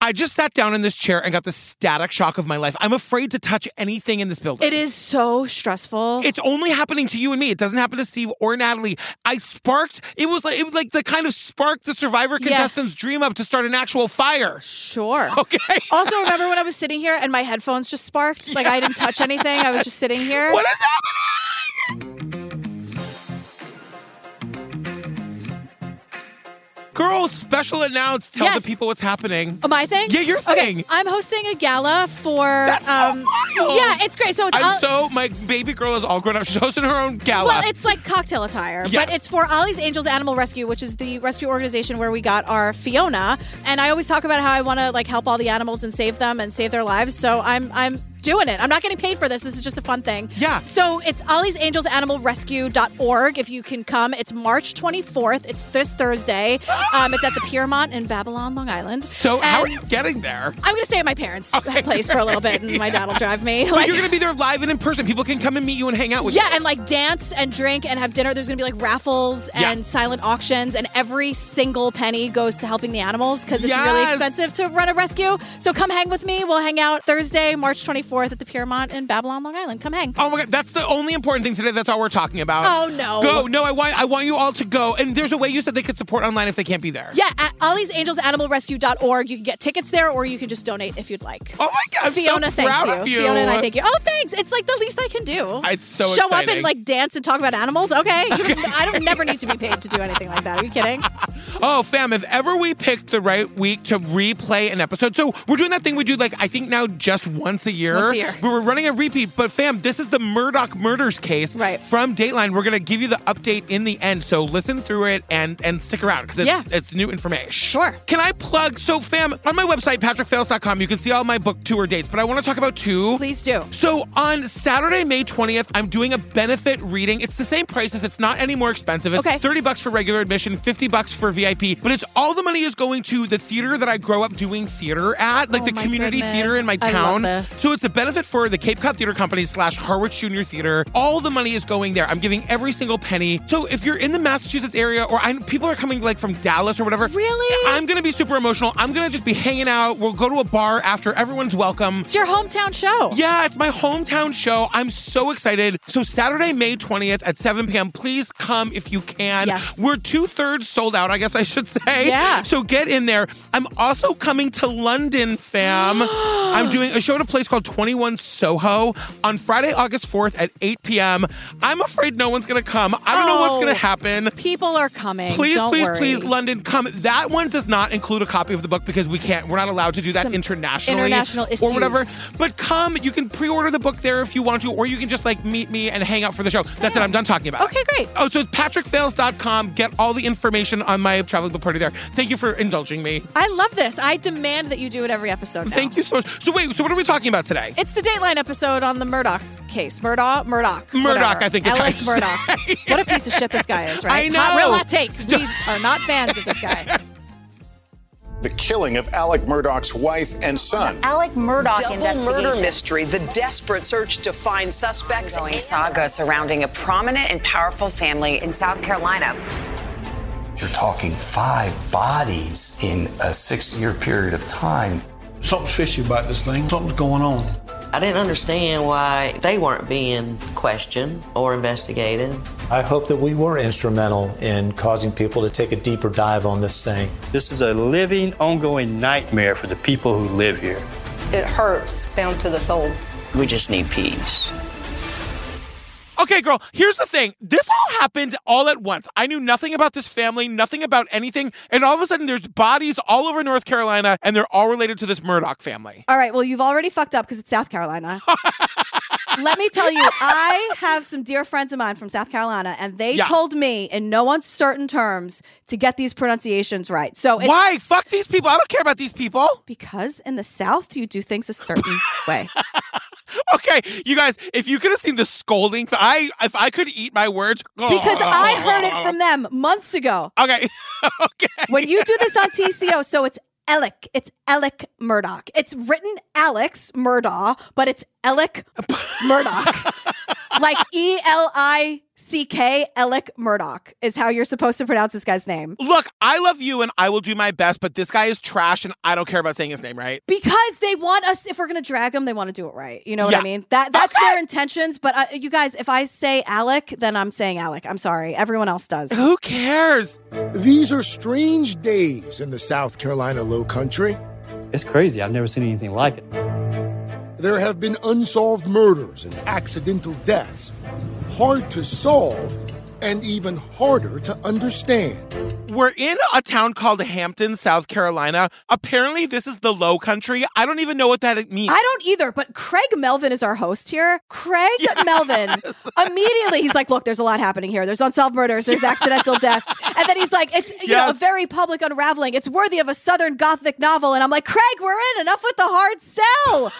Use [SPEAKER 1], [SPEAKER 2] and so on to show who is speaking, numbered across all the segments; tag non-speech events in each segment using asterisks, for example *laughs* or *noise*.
[SPEAKER 1] I just sat down in this chair and got the static shock of my life. I'm afraid to touch anything in this building.
[SPEAKER 2] It is so stressful.
[SPEAKER 1] It's only happening to you and me. It doesn't happen to Steve or Natalie. I sparked. It was like it was like the kind of spark the survivor
[SPEAKER 2] Yeah.
[SPEAKER 1] contestants dream up to start an actual fire. *laughs*
[SPEAKER 2] sure.
[SPEAKER 1] Okay.
[SPEAKER 2] Also, remember when I was sitting here and my headphones just sparked? Like I didn't touch anything. I was just sitting here.
[SPEAKER 1] What is happening? Girl, special announce. Tell
[SPEAKER 2] Yes.
[SPEAKER 1] the people what's happening.
[SPEAKER 2] Oh, my thing?
[SPEAKER 1] Yeah, your
[SPEAKER 2] Okay,
[SPEAKER 1] thing.
[SPEAKER 2] I'm hosting a gala for.
[SPEAKER 1] That's so
[SPEAKER 2] um,
[SPEAKER 1] wild.
[SPEAKER 2] Yeah, it's great. So it's.
[SPEAKER 1] I'm
[SPEAKER 2] Ol-
[SPEAKER 1] so my baby girl is all grown up. She's hosting her own gala.
[SPEAKER 2] uh, well, it's like cocktail attire,
[SPEAKER 1] Oh, Yes.
[SPEAKER 2] but it's for Ollie's Angels Animal Rescue, which is the rescue organization where we got our Fiona. And I always talk about how I want to like help all the animals and save them and save their lives. So I'm I'm doing it. I'm not getting paid for this. This is just a fun thing.
[SPEAKER 1] Yeah.
[SPEAKER 2] So it's Ollie's Angels Animal Rescue.org if you can come. It's March 24th. It's
[SPEAKER 1] *gasps*
[SPEAKER 2] this Thursday. Um, it's at the Piermont in Babylon, Long Island.
[SPEAKER 1] so how are
[SPEAKER 2] And
[SPEAKER 1] you getting there?
[SPEAKER 2] I'm gonna stay at my parents'
[SPEAKER 1] Okay.
[SPEAKER 2] place for a little bit, and my dad will drive me. Like-
[SPEAKER 1] *laughs* But you're gonna be there live and in person. People can come and meet you and hang out with
[SPEAKER 2] yeah,
[SPEAKER 1] you.
[SPEAKER 2] and like dance and drink and have dinner. There's gonna be like raffles
[SPEAKER 1] Yeah.
[SPEAKER 2] and silent auctions, and every single penny goes to helping the animals because it's really
[SPEAKER 1] Yes.
[SPEAKER 2] expensive to run a rescue. So come hang with me. We'll hang out Thursday, March 24th at the Piermont in Babylon, Long Island. Come hang.
[SPEAKER 1] Oh my god, that's the only important thing today. That's all we're talking about.
[SPEAKER 2] Oh, no.
[SPEAKER 1] Go, no, I want I want you all to go. And there's a way you said they could support online if they can't be there.
[SPEAKER 2] Yeah, at Ollie's Angels Animal Rescue.org. You can get tickets there, or you can just donate if you'd like.
[SPEAKER 1] Oh my god, I'm
[SPEAKER 2] Fiona
[SPEAKER 1] so
[SPEAKER 2] thanks
[SPEAKER 1] proud
[SPEAKER 2] you.
[SPEAKER 1] of you.
[SPEAKER 2] Fiona and I thank you. Oh, thanks. It's like the least I can do.
[SPEAKER 1] It's so
[SPEAKER 2] show up
[SPEAKER 1] exciting.
[SPEAKER 2] and like dance and talk about animals. Okay,
[SPEAKER 1] *laughs*
[SPEAKER 2] you don't, I don't never need to be paid to do anything like that. Are you kidding?
[SPEAKER 1] Oh, fam, if ever we picked the right week to replay an episode. So we're doing that thing we do, like, I think now just once a year.
[SPEAKER 2] Once a year.
[SPEAKER 1] We were running a repeat, but fam, this is the Murdoch murders case
[SPEAKER 2] Right.
[SPEAKER 1] from Dateline. We're going to give you the update in the end. So listen through it and and stick around because it's,
[SPEAKER 2] Yeah.
[SPEAKER 1] it's new information.
[SPEAKER 2] Sure.
[SPEAKER 1] Can I plug? So, fam, on my website, patrickfails.com, you can see all my book tour dates, but I want to talk about two.
[SPEAKER 2] Please do.
[SPEAKER 1] So on Saturday, May 20th, I'm doing a benefit reading. It's the same prices. It's not any more expensive. It's
[SPEAKER 2] Okay.
[SPEAKER 1] 30 bucks for regular admission, 50 bucks for VIP, but it's all the money is going to the theater that I grow up doing theater at, like
[SPEAKER 2] Oh,
[SPEAKER 1] the
[SPEAKER 2] my
[SPEAKER 1] community
[SPEAKER 2] goodness.
[SPEAKER 1] theater in my
[SPEAKER 2] I love
[SPEAKER 1] town.
[SPEAKER 2] this.
[SPEAKER 1] So it's a benefit for the Cape Cod Theater Company slash Harwich Junior Theater. All the money is going there. I'm giving every single penny. So if you're in the Massachusetts area or I, people are coming like from Dallas or whatever,
[SPEAKER 2] Really?
[SPEAKER 1] I'm gonna be super emotional. I'm gonna just be hanging out. We'll go to a bar after. Everyone's welcome.
[SPEAKER 2] It's your hometown show.
[SPEAKER 1] Yeah, it's my hometown show. I'm so excited. So Saturday, May 20th at 7 p.m. Please come if you can.
[SPEAKER 2] Yes.
[SPEAKER 1] We're two-thirds sold out, I guess I should say.
[SPEAKER 2] Yeah.
[SPEAKER 1] So get in there. I'm also coming to London,
[SPEAKER 2] *gasps*
[SPEAKER 1] fam. I'm doing a show at a place called 21 Soho on Friday, August 4th at 8 p.m. I'm afraid no one's gonna come. I don't know what's
[SPEAKER 2] Oh.
[SPEAKER 1] gonna happen.
[SPEAKER 2] People are coming.
[SPEAKER 1] Please,
[SPEAKER 2] Don't
[SPEAKER 1] please,
[SPEAKER 2] worry.
[SPEAKER 1] please, London, come. That one does not include a copy of the book because we can't. We're not allowed to do that
[SPEAKER 2] Some
[SPEAKER 1] internationally,
[SPEAKER 2] international
[SPEAKER 1] or whatever.
[SPEAKER 2] issues.
[SPEAKER 1] But come, you can pre-order the book there if you want to, or you can just like meet me and hang out for the show. That's it. I'm done talking about. it.
[SPEAKER 2] Okay, great.
[SPEAKER 1] Oh, so it's patrickfails.com. Get all the information on my traveling book party there. Thank you for indulging me.
[SPEAKER 2] I love this. I demand that you do it every episode. Now.
[SPEAKER 1] Thank you so much. So wait, so what are we talking about today?
[SPEAKER 2] It's the Dateline episode on the Murdoch case. Murdoch, Murdoch,
[SPEAKER 1] Murdoch,
[SPEAKER 2] whatever.
[SPEAKER 1] I think is how
[SPEAKER 2] Alec
[SPEAKER 1] you say
[SPEAKER 2] Murdoch.
[SPEAKER 1] *laughs*
[SPEAKER 2] What a piece of shit this guy is, right?
[SPEAKER 1] I
[SPEAKER 2] Hot,
[SPEAKER 1] know.
[SPEAKER 2] real hot take. We are not fans of this guy.
[SPEAKER 3] The killing of Alec Murdoch's wife and son.
[SPEAKER 4] Alec Murdoch
[SPEAKER 5] Double murder mystery, the desperate search to find suspects.
[SPEAKER 6] ongoing saga surrounding a prominent and powerful family in South Carolina.
[SPEAKER 7] You're talking five bodies in a six year period of time.
[SPEAKER 8] Something's fishy about this thing. Something's going on.
[SPEAKER 9] I didn't understand why they weren't being questioned or investigated.
[SPEAKER 10] I hope that we were instrumental in causing people to take a deeper dive on this thing.
[SPEAKER 11] This is a living, ongoing nightmare for the people who live here.
[SPEAKER 5] It hurts down to the soul.
[SPEAKER 9] We just need peace.
[SPEAKER 1] Okay, girl, here's the thing. This all happened all at once. I knew nothing about this family, nothing about anything, and all of a sudden there's bodies all over North Carolina, and they're all related to this Murdoch family.
[SPEAKER 2] All right. Well, you've already fucked up because it's
[SPEAKER 1] *laughs*
[SPEAKER 2] South Carolina. Let me tell you, I have some dear friends of mine from South Carolina, and they
[SPEAKER 1] Yeah.
[SPEAKER 2] told me in no uncertain terms to get these pronunciations right. So it's
[SPEAKER 1] Why? Fuck these people. I don't care about these people. *laughs*
[SPEAKER 2] because in the South you do things a certain way.
[SPEAKER 1] Okay, you guys, if you could have seen the scolding, I if I could eat my words.
[SPEAKER 2] Because
[SPEAKER 1] Oh. *laughs*
[SPEAKER 2] I heard it from them months ago.
[SPEAKER 1] Okay. *laughs* okay.
[SPEAKER 2] When you do this on TCO, so it's Alec. It's Alec Murdoch. It's written Alex Murdaugh, but it's Alec Murdoch. like E L I C K, Alec Murdoch is how you're supposed to pronounce this guy's name.
[SPEAKER 1] Look, I love you and I will do my best, but this guy is trash and I don't care about saying his name, right?
[SPEAKER 2] Because they want us, if we're going to drag him, they want to do it right. You know what
[SPEAKER 1] Yeah.
[SPEAKER 2] I mean? That That's their intentions. But uh, you guys, if I say Alec, then I'm saying Alec. I'm sorry. Everyone else does.
[SPEAKER 1] Who cares?
[SPEAKER 12] These are strange days in the South Carolina Low Country.
[SPEAKER 13] It's crazy. I've never seen anything like it.
[SPEAKER 12] There have been unsolved murders and accidental deaths, hard to solve and even harder to understand.
[SPEAKER 1] We're in a town called Hampton, South Carolina. Apparently, this is the low country. I don't even know what that means.
[SPEAKER 2] I don't either, but Craig Melvin is our host here.
[SPEAKER 1] *laughs*
[SPEAKER 2] Craig Melvin immediately he's like, "Look, there's a lot happening here. There's unsolved murders, there's accidental deaths." And then he's like, "It's you know, a
[SPEAKER 1] Yes.
[SPEAKER 2] very public unraveling. It's worthy of a southern gothic novel." And I'm like, "Craig, we're in. Enough with the hard sell."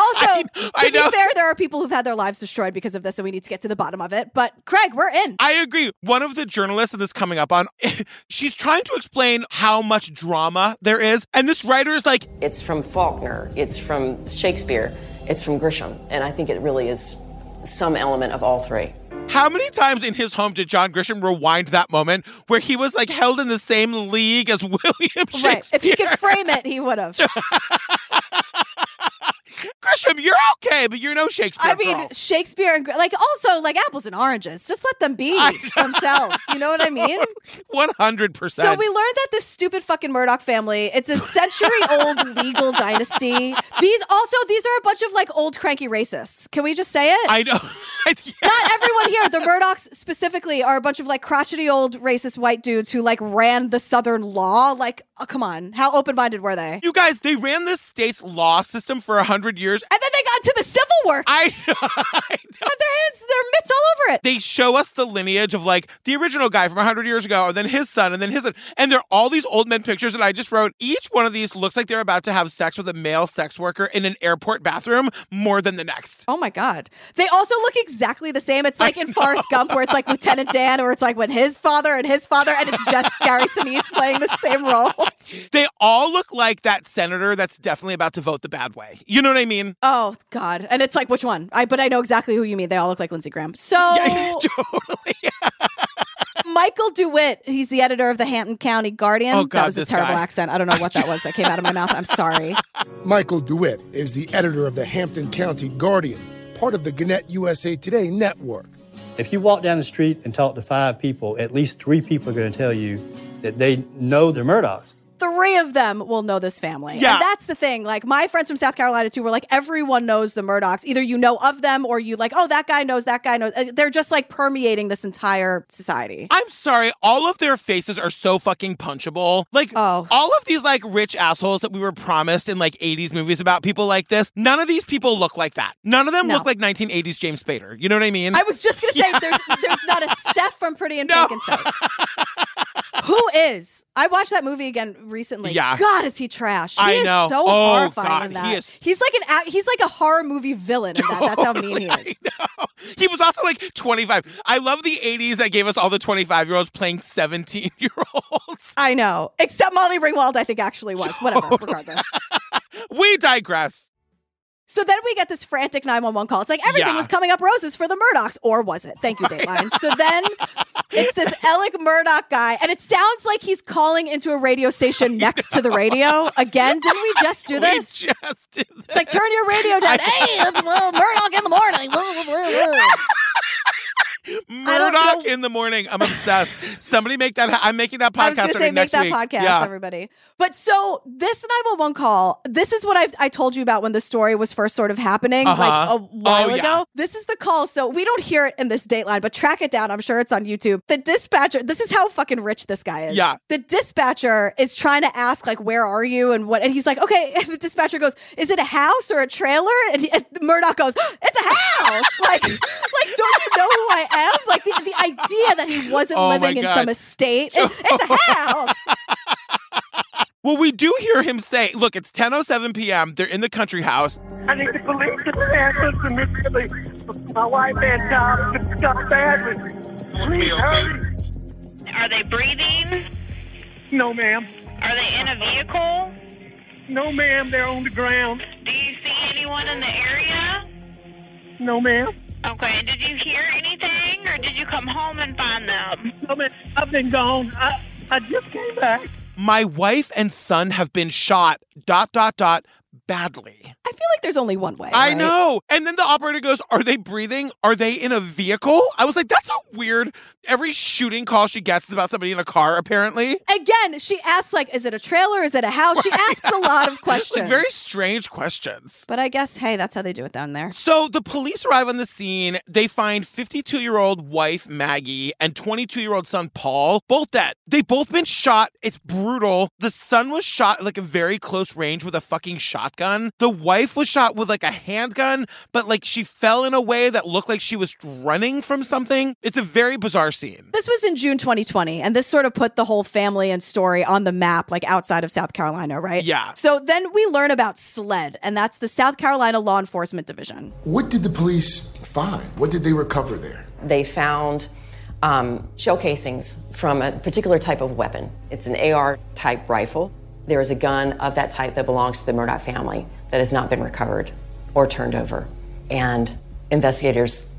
[SPEAKER 2] Also, to
[SPEAKER 1] I
[SPEAKER 2] be
[SPEAKER 1] know.
[SPEAKER 2] fair, there are people who've had their lives destroyed because of this, and we need to get to the bottom of it. But Craig, we're in.
[SPEAKER 1] I agree. One of the journalists that this coming up on, *laughs* she's trying to explain how much drama there is. And this writer is like,
[SPEAKER 14] It's from Faulkner, it's from Shakespeare, it's from Grisham, and I think it really is some element of all three.
[SPEAKER 1] how many times in his home did John Grisham rewind that moment where he was like held in the same league as *laughs* William Shakespeare?
[SPEAKER 2] Right. If he could frame it, he would have.
[SPEAKER 1] Grisham, you're okay, but you're no Shakespeare.
[SPEAKER 2] I mean,
[SPEAKER 1] girl.
[SPEAKER 2] Shakespeare and Gr- like also like apples and oranges. Just let them be themselves.
[SPEAKER 1] *laughs*
[SPEAKER 2] You know what I mean?
[SPEAKER 1] 100%.
[SPEAKER 2] So we learned that this stupid fucking Murdoch family, it's a century old
[SPEAKER 1] *laughs*
[SPEAKER 2] legal dynasty. These also these are a bunch of like old cranky racists. Can we just say it?
[SPEAKER 1] I know. *laughs* Yeah.
[SPEAKER 2] *laughs* Not everyone here, the Murdochs specifically, are a bunch of like crotchety old racist white dudes who like ran the Southern law. Like, oh, come on, how open minded were they?
[SPEAKER 1] You guys, they ran this state's law system for 100 years.
[SPEAKER 2] And then they got to the Civil War.
[SPEAKER 1] I I know. *laughs*
[SPEAKER 2] had their hands, their mitts all over it.
[SPEAKER 1] They show us the lineage of like the original guy from 100 years ago, and then his son, and then his son. And they're all these old men pictures. And I just wrote each one of these looks like they're about to have sex with a male sex worker in an airport bathroom more than the next.
[SPEAKER 2] Oh my God. They also look exactly the same. It's like in Forrest Gump, where it's like Lieutenant Dan, or it's like when his father and his father, and it's just
[SPEAKER 1] *laughs*
[SPEAKER 2] Gary Sinise playing the same role.
[SPEAKER 1] They all look like that senator that's definitely about to vote the bad way. You know what I mean?
[SPEAKER 2] Oh God. And it's like, which one? I But I know exactly who you mean. They all look like Lindsey Graham.
[SPEAKER 1] *laughs*
[SPEAKER 2] So
[SPEAKER 1] totally. *laughs*
[SPEAKER 2] Michael DeWitt, he's the editor of the Hampton County Guardian.
[SPEAKER 1] Oh, God,
[SPEAKER 2] that was a
[SPEAKER 1] this
[SPEAKER 2] terrible
[SPEAKER 1] guy.
[SPEAKER 2] accent. I don't know what that was that came out of my mouth.
[SPEAKER 1] *laughs*
[SPEAKER 2] I'm sorry.
[SPEAKER 12] Michael DeWitt is the editor of the Hampton County Guardian, part of the Gannett USA Today network.
[SPEAKER 13] If you walk down the street and talk to five people, at least three people are going to tell you that they know the Murdochs.
[SPEAKER 2] Three of them will know this family.
[SPEAKER 1] Yeah.
[SPEAKER 2] And that's the thing. Like, my friends from South Carolina, too, were like, everyone knows the Murdochs. Either you know of them or you, like, oh, that guy knows, that guy knows. Uh, They're just like permeating this entire society.
[SPEAKER 1] I'm sorry, all of their faces are so fucking punchable. Like
[SPEAKER 2] Oh.
[SPEAKER 1] all of these like rich assholes that we were promised in like 80s movies about people like this, none of these people look like that. None of them
[SPEAKER 2] No.
[SPEAKER 1] look like 1980s James Spader. You know what I mean?
[SPEAKER 2] I was just going to
[SPEAKER 1] *laughs*
[SPEAKER 2] say, there's, there's not a Steph from Pretty in
[SPEAKER 1] No.
[SPEAKER 2] Pink and
[SPEAKER 1] *laughs*
[SPEAKER 2] Pink Who is? I watched that movie again recently.
[SPEAKER 1] Yeah.
[SPEAKER 2] God, is he trash? He
[SPEAKER 1] I
[SPEAKER 2] is
[SPEAKER 1] know.
[SPEAKER 2] so
[SPEAKER 1] Oh,
[SPEAKER 2] horrifying
[SPEAKER 1] God,
[SPEAKER 2] in
[SPEAKER 1] he
[SPEAKER 2] that.
[SPEAKER 1] is-
[SPEAKER 2] He's like an act- he's like a horror movie villain in that. That's how mean
[SPEAKER 1] *laughs*
[SPEAKER 2] he is.
[SPEAKER 1] he was also like 25. I love the 80s that gave us all the 25 year olds playing 17 year olds.
[SPEAKER 2] I know. Except Molly Ringwald, I think actually was. Whatever, regardless.
[SPEAKER 1] *laughs* We digress.
[SPEAKER 2] So then we get this frantic 911 call. It's like everything
[SPEAKER 1] Yeah. Oh
[SPEAKER 2] was coming up roses for the Murdochs, or was it?
[SPEAKER 1] *laughs*
[SPEAKER 2] Thank you, Dateline. so then it's this Alec Murdoch guy, and it sounds like he's calling into a radio
[SPEAKER 1] *laughs*
[SPEAKER 2] station next to the radio. Again, didn't we just do this?
[SPEAKER 1] We just did this.
[SPEAKER 2] it's like turn
[SPEAKER 1] *laughs*
[SPEAKER 2] your radio down. hey, it's Will Murdoch in the morning. Blah, blah, blah, blah. I don't
[SPEAKER 1] Murdoch
[SPEAKER 2] know-
[SPEAKER 1] in the morning. I'm obsessed. Somebody make that. ha- I'm making that podcast.
[SPEAKER 2] I was going to say
[SPEAKER 1] starting next
[SPEAKER 2] make that
[SPEAKER 1] week.
[SPEAKER 2] podcast,
[SPEAKER 1] Yeah.
[SPEAKER 2] everybody. But so this 911 call, this is what I've, I told you about when the story was first sort of happening like
[SPEAKER 1] Uh-huh.
[SPEAKER 2] a while
[SPEAKER 1] Oh, yeah.
[SPEAKER 2] ago. This is the call. So we don't hear it in this dateline, but track it down. I'm sure it's on YouTube. The dispatcher, this is how fucking rich this guy is.
[SPEAKER 1] Yeah.
[SPEAKER 2] The dispatcher is trying to ask, like, where are you and what? And he's like, okay. *laughs* And the dispatcher goes, is it a house or a trailer? And, he, and Murdoch goes, it's a house. *laughs* like, like, don't you know who I am? Like the, the idea that he wasn't
[SPEAKER 1] Oh, my
[SPEAKER 2] living in
[SPEAKER 1] God. *laughs*
[SPEAKER 2] some estate. It- it's a house.
[SPEAKER 1] Well, we do hear him say, look, it's 10.07 p.m. They're in the country house.
[SPEAKER 5] I need the police to answer to me. My wife and child have got badly. Please hurry.
[SPEAKER 15] Are they breathing?
[SPEAKER 5] No, ma'am.
[SPEAKER 15] Are they in a vehicle?
[SPEAKER 5] No, ma'am. They're on the ground.
[SPEAKER 15] Do you see anyone in the area?
[SPEAKER 5] No, ma'am.
[SPEAKER 16] Okay, did you hear anything or did you come home and find them?
[SPEAKER 8] Oh, I've been gone. I, I just came back.
[SPEAKER 1] My wife and son have been shot, dot, dot, dot, badly.
[SPEAKER 2] I feel like there's only one way.
[SPEAKER 1] I
[SPEAKER 2] right?
[SPEAKER 1] know. And then the operator goes, Are they breathing? Are they in a vehicle? I was like, That's a weird. Every shooting call she gets is about somebody in a car, apparently.
[SPEAKER 2] Again, she asks like, "Is it a trailer? Is it a house?" She asks a lot of
[SPEAKER 1] *laughs*
[SPEAKER 2] questions.
[SPEAKER 1] Like, very strange questions.
[SPEAKER 2] But I guess hey, that's how they do it down there.
[SPEAKER 1] So the police arrive on the scene. They find 52 year old wife Maggie and 22 year old son Paul both dead. They both been shot. It's brutal. The son was shot at, like a very close range with a fucking shotgun. The wife was shot with like a handgun, but like she fell in a way that looked like she was running from something. It's a very bizarre scene.
[SPEAKER 2] This was in June 2020, and this sort of put the whole family and story on the map, like outside of South Carolina, right?
[SPEAKER 1] Yeah.
[SPEAKER 2] So then we learn about SLED, and that's the South Carolina Law Enforcement Division.
[SPEAKER 3] What did the police find? What did they recover there?
[SPEAKER 9] They found um, shell casings from a particular type of weapon. It's an AR type rifle. There is a gun of that type that belongs to the Murdoch family that has not been recovered or turned over. And investigators,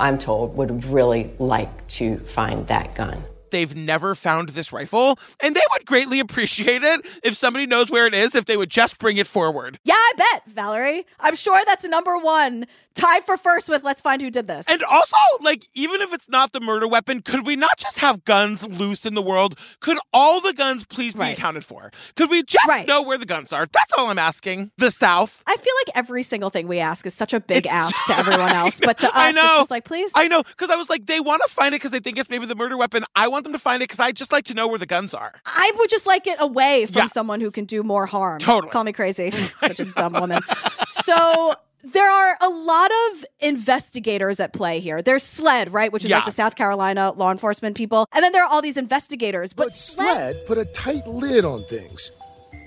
[SPEAKER 9] I'm told, would really like to find that gun.
[SPEAKER 1] They've never found this rifle, and they would greatly *laughs* appreciate it if somebody knows where it is, if they would just bring it forward.
[SPEAKER 2] Yeah, I bet, Valerie. I'm sure that's number one, tied for first with let's find who did this.
[SPEAKER 1] And also, like, even if it's not the murder weapon, could we not just have guns loose in the world? Could all the guns please be accounted for? Could we just know where the guns are? That's all I'm asking. The South.
[SPEAKER 2] I feel like every single thing we ask is such a big ask
[SPEAKER 1] *laughs*
[SPEAKER 2] to everyone else, but to us,
[SPEAKER 1] I know.
[SPEAKER 2] it's just like, please.
[SPEAKER 1] I know, because I was like, they want to find it because they think it's maybe the murder weapon. I want them to find it because I just like to know where the guns are.
[SPEAKER 2] I would just like it away from
[SPEAKER 1] Yeah.
[SPEAKER 2] someone who can do more harm.
[SPEAKER 1] Totally.
[SPEAKER 2] Call me
[SPEAKER 1] *laughs*
[SPEAKER 2] crazy. *laughs* Such a dumb woman. So there are a lot of investigators at play here. There's SLED, right? Which is
[SPEAKER 3] Yeah.
[SPEAKER 2] like the South Carolina law enforcement people. And then there are all these investigators. But, SLED.
[SPEAKER 3] Put a tight lid on things.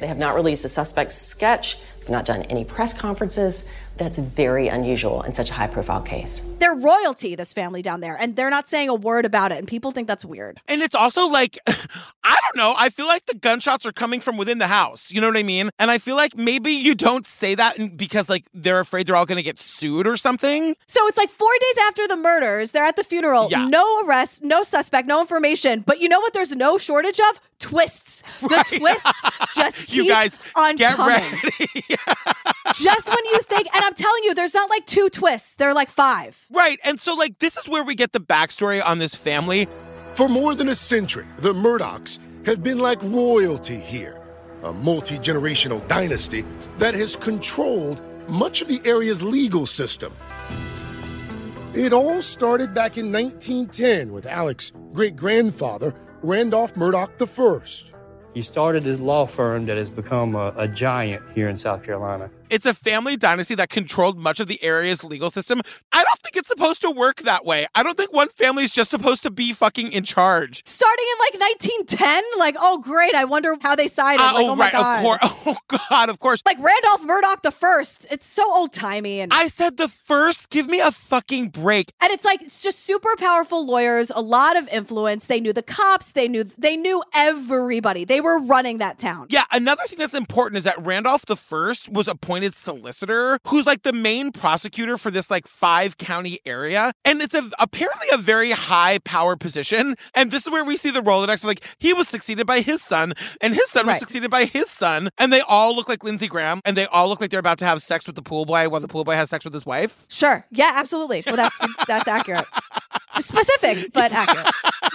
[SPEAKER 9] They have not released a suspect's sketch, they've not done any press conferences. That's very unusual in such a high profile case.
[SPEAKER 2] They're royalty, this family down there, and they're not saying a word about it. And people think that's weird.
[SPEAKER 1] And it's also like, *laughs* I don't know. I feel like the gunshots are coming from within the house. You know what I mean? And I feel like maybe you don't say that in- because like they're afraid they're all going to get sued or something.
[SPEAKER 2] So it's like four days after the murders, they're at the funeral.
[SPEAKER 1] Yeah.
[SPEAKER 2] No arrest, no suspect, no information. But you know what? There's no shortage of twists. The
[SPEAKER 1] *laughs*
[SPEAKER 2] twists just keep
[SPEAKER 1] You guys,
[SPEAKER 2] on
[SPEAKER 1] get
[SPEAKER 2] coming. just when you think, and I'm telling you, there's not like two twists. They're like five.
[SPEAKER 1] Right. And so like this is where we get the backstory on this family.
[SPEAKER 3] For more than a century, the Murdochs have been like royalty here, a multi generational dynasty that has controlled much of the area's legal system. It all started back in 1910 with Alec's great grandfather, Randolph Murdoch I.
[SPEAKER 12] He started a law firm that has become a, a giant here in South Carolina.
[SPEAKER 1] It's a family dynasty that controlled much of the area's legal system. I don't think it's supposed to work that way. I don't think one family is just supposed to be fucking in charge.
[SPEAKER 2] Starting in like 1910, like, oh, great. I wonder how they sided.
[SPEAKER 1] Ah,
[SPEAKER 2] like,
[SPEAKER 1] oh,
[SPEAKER 2] oh, my
[SPEAKER 1] right,
[SPEAKER 2] God.
[SPEAKER 1] of course. *laughs* Oh, God, of course.
[SPEAKER 2] Like Randolph Murdoch the first. It's so old timey. And
[SPEAKER 1] I said the first, give me a fucking break.
[SPEAKER 2] And it's like it's just super powerful lawyers, a lot of influence. They knew the cops, they knew they knew everybody. They were running that town.
[SPEAKER 1] Yeah, another thing that's important is that Randolph the First was appointed solicitor, who's like the main prosecutor for this like five county area, and it's a, apparently a very high power position. And this is where we see the Rolodex. Like he was succeeded by his son, and his son was succeeded by his son, and they all look like Lindsey Graham, and they all look like they're about to have sex with the pool boy while the pool boy has sex with his wife.
[SPEAKER 2] Sure. Yeah, absolutely. Well, that's that's accurate. Specific, but accurate.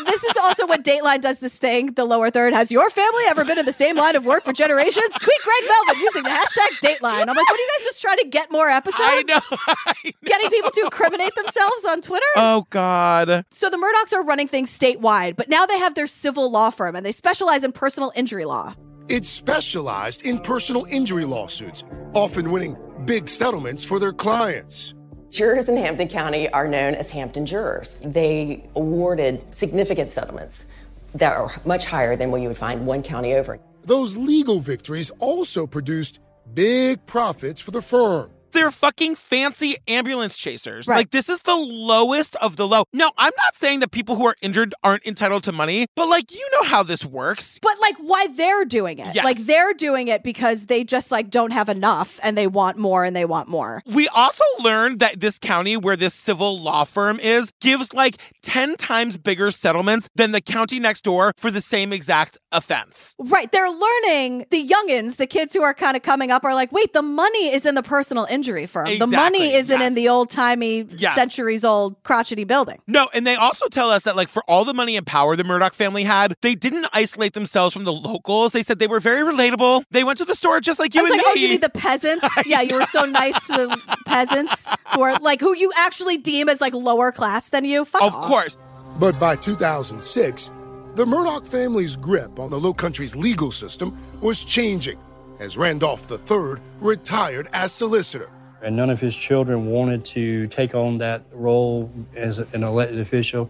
[SPEAKER 2] This is also when Dateline does this thing. The lower third has your family ever been in the same line of work for generations? Tweet Greg Melvin using the hashtag Dateline. I'm like, what are you guys just trying to get more episodes? I know. Getting people to incriminate themselves on Twitter?
[SPEAKER 1] Oh God.
[SPEAKER 2] So the Murdochs are running things statewide, but now they have their civil law firm and they specialize in personal injury law.
[SPEAKER 3] It specialized in personal injury lawsuits, often winning big settlements for their clients.
[SPEAKER 9] Jurors in Hampton County are known as Hampton jurors. They awarded significant settlements that are much higher than what you would find one county over.
[SPEAKER 3] Those legal victories also produced big profits for the firm.
[SPEAKER 1] The they're fucking fancy ambulance chasers.
[SPEAKER 5] Right.
[SPEAKER 1] Like, this is the lowest of the low. Now, I'm not saying that people who are injured aren't entitled to money, but like, you know how this works.
[SPEAKER 2] But like why they're doing it.
[SPEAKER 1] Yes.
[SPEAKER 2] Like they're doing it because they just like don't have enough and they want more and they want more.
[SPEAKER 1] We also learned that this county where this civil law firm is gives like 10 times bigger settlements than the county next door for the same exact offense.
[SPEAKER 2] Right. They're learning the youngins, the kids who are kind of coming up are like, wait, the money is in the personal injury firm. The money
[SPEAKER 1] Exactly,
[SPEAKER 2] isn't in the old timey
[SPEAKER 1] Yes.
[SPEAKER 2] centuries old crotchety building.
[SPEAKER 1] No, and they also tell us that, like, for all the money and power the Murdoch family had, they didn't isolate themselves from the locals. They said they were very relatable. They went to the store just like you
[SPEAKER 2] I was
[SPEAKER 1] and
[SPEAKER 2] like,
[SPEAKER 1] me.
[SPEAKER 2] oh, you mean
[SPEAKER 1] *laughs*
[SPEAKER 2] the peasants? yeah, you were so nice to the peasants who are like who you actually deem as like lower class than you. Fuck off.
[SPEAKER 3] But by 2006, the Murdoch family's grip on the Low Country's legal system was changing as Randolph III retired as solicitor.
[SPEAKER 12] And none of his children wanted to take on that role as an elected official.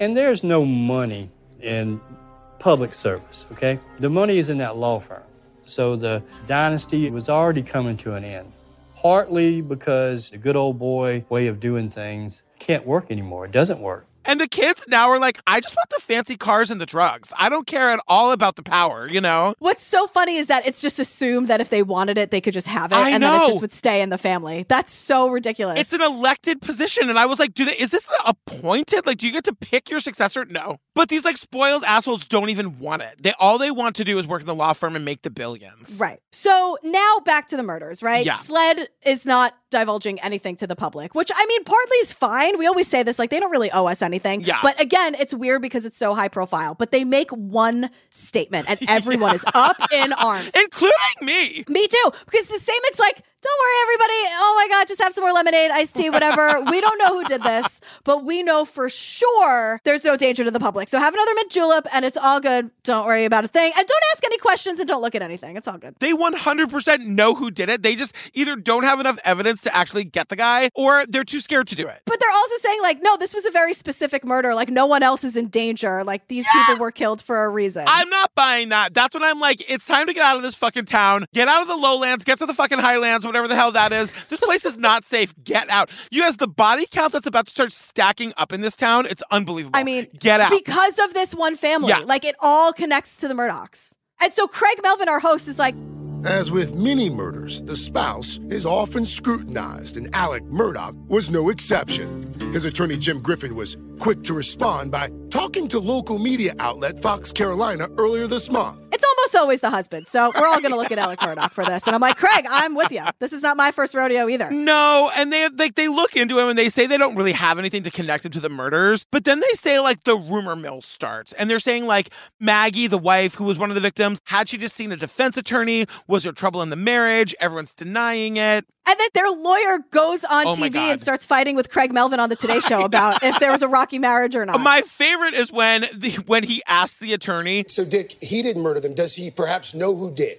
[SPEAKER 12] And there's no money in public service, okay? The money is in that law firm. So the dynasty was already coming to an end, partly because the good old boy way of doing things can't work anymore. It doesn't work.
[SPEAKER 1] And the kids now are like, I just want the fancy cars and the drugs. I don't care at all about the power, you know?
[SPEAKER 2] What's so funny is that it's just assumed that if they wanted it, they could just have it,
[SPEAKER 1] I
[SPEAKER 2] and then it
[SPEAKER 1] know.
[SPEAKER 2] just would stay in the family. That's so ridiculous.
[SPEAKER 1] It's an elected position. And I was like, do they, is this appointed? Like, do you get to pick your successor? No. But these like spoiled assholes don't even want it. They all they want to do is work in the law firm and make the billions.
[SPEAKER 2] Right. So now back to the murders, right?
[SPEAKER 1] Yeah.
[SPEAKER 2] Sled is not divulging anything to the public, which I mean, partly is fine. We always say this, like, they don't really owe us anything.
[SPEAKER 1] Yeah.
[SPEAKER 2] But again, it's weird because it's so high profile, but they make one
[SPEAKER 1] *laughs*
[SPEAKER 2] statement and everyone is up in arms.
[SPEAKER 1] Including me.
[SPEAKER 2] Me too. Because the statement's like, don't worry, everybody. Oh my God, just have some more lemonade, iced
[SPEAKER 1] *laughs*
[SPEAKER 2] tea, whatever. we don't know who did this, but we know for sure there's no danger to the public. So have another mint julep and it's all good. Don't worry about a thing. And don't ask any questions and don't look at anything. It's all good.
[SPEAKER 1] They 100% know who did it. They just either don't have enough evidence to actually get the guy or they're too scared to do it.
[SPEAKER 2] But they're also saying, like, no, this was a very specific murder. Like, no one else is in danger. Like, these people were killed for a reason.
[SPEAKER 1] I'm not buying that. That's when I'm like, it's time to get out of this fucking town. Get out of the lowlands. Get to the fucking highlands, whatever the hell that is. This place is not safe. Get out. You guys, the body count that's about to start stacking up in this town, it's unbelievable. I mean, get out.
[SPEAKER 2] because of this one family.
[SPEAKER 1] Yeah.
[SPEAKER 2] Like, it all connects to the Murdochs. And so Craig Melvin, our host, is like,
[SPEAKER 3] As with many murders, the spouse is often scrutinized, and Alec Murdoch was no exception. His attorney Jim Griffin was quick to respond by talking to local media outlet Fox Carolina earlier this month.
[SPEAKER 2] it's almost always the husband. So we're all going to look at Alec Murdoch for this. And I'm like, Craig, I'm with you. This is not my first rodeo either.
[SPEAKER 1] No, and they like they look into him and they say they don't really have anything to connect him to the murders, but then they say like the rumor mill starts, and they're saying like Maggie, the wife who was one of the victims, had she just seen a defense attorney? Was there trouble in the marriage? Everyone's denying it.
[SPEAKER 2] And then their lawyer goes on
[SPEAKER 1] Oh my
[SPEAKER 2] TV and starts fighting with Craig Melvin on the Today Show about if there was a rocky marriage or not.
[SPEAKER 1] My favorite is when the when he asks the attorney.
[SPEAKER 17] So Dick, he didn't murder them. Does he perhaps know who did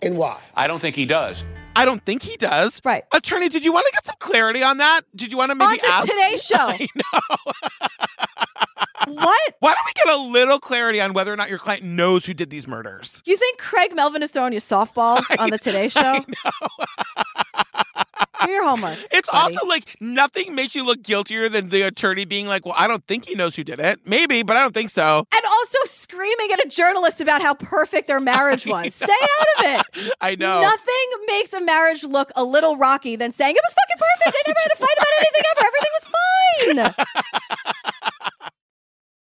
[SPEAKER 17] and why?
[SPEAKER 18] I don't think he does.
[SPEAKER 1] I don't think he does. Right. Attorney, did you want to get some clarity on that? Did you want to maybe
[SPEAKER 2] on the
[SPEAKER 1] ask
[SPEAKER 2] Today Show.
[SPEAKER 1] *laughs*
[SPEAKER 2] what?
[SPEAKER 1] Why don't we get a little clarity on whether or not your client knows who did these murders?
[SPEAKER 2] You think Craig Melvin is throwing
[SPEAKER 1] *laughs*
[SPEAKER 2] you softballs on the Today Show? Do your homework.
[SPEAKER 1] It's also like nothing makes you look guiltier than the attorney being like, "Well, I don't think he knows who did it. Maybe, but I don't think so."
[SPEAKER 2] And also screaming at a journalist about how perfect their
[SPEAKER 1] *laughs*
[SPEAKER 2] marriage was. Stay out of it.
[SPEAKER 1] I know.
[SPEAKER 2] Nothing makes a marriage look a little rocky than saying it was fucking perfect. They never had to fight about anything ever. Everything was
[SPEAKER 1] *laughs*
[SPEAKER 2] fine.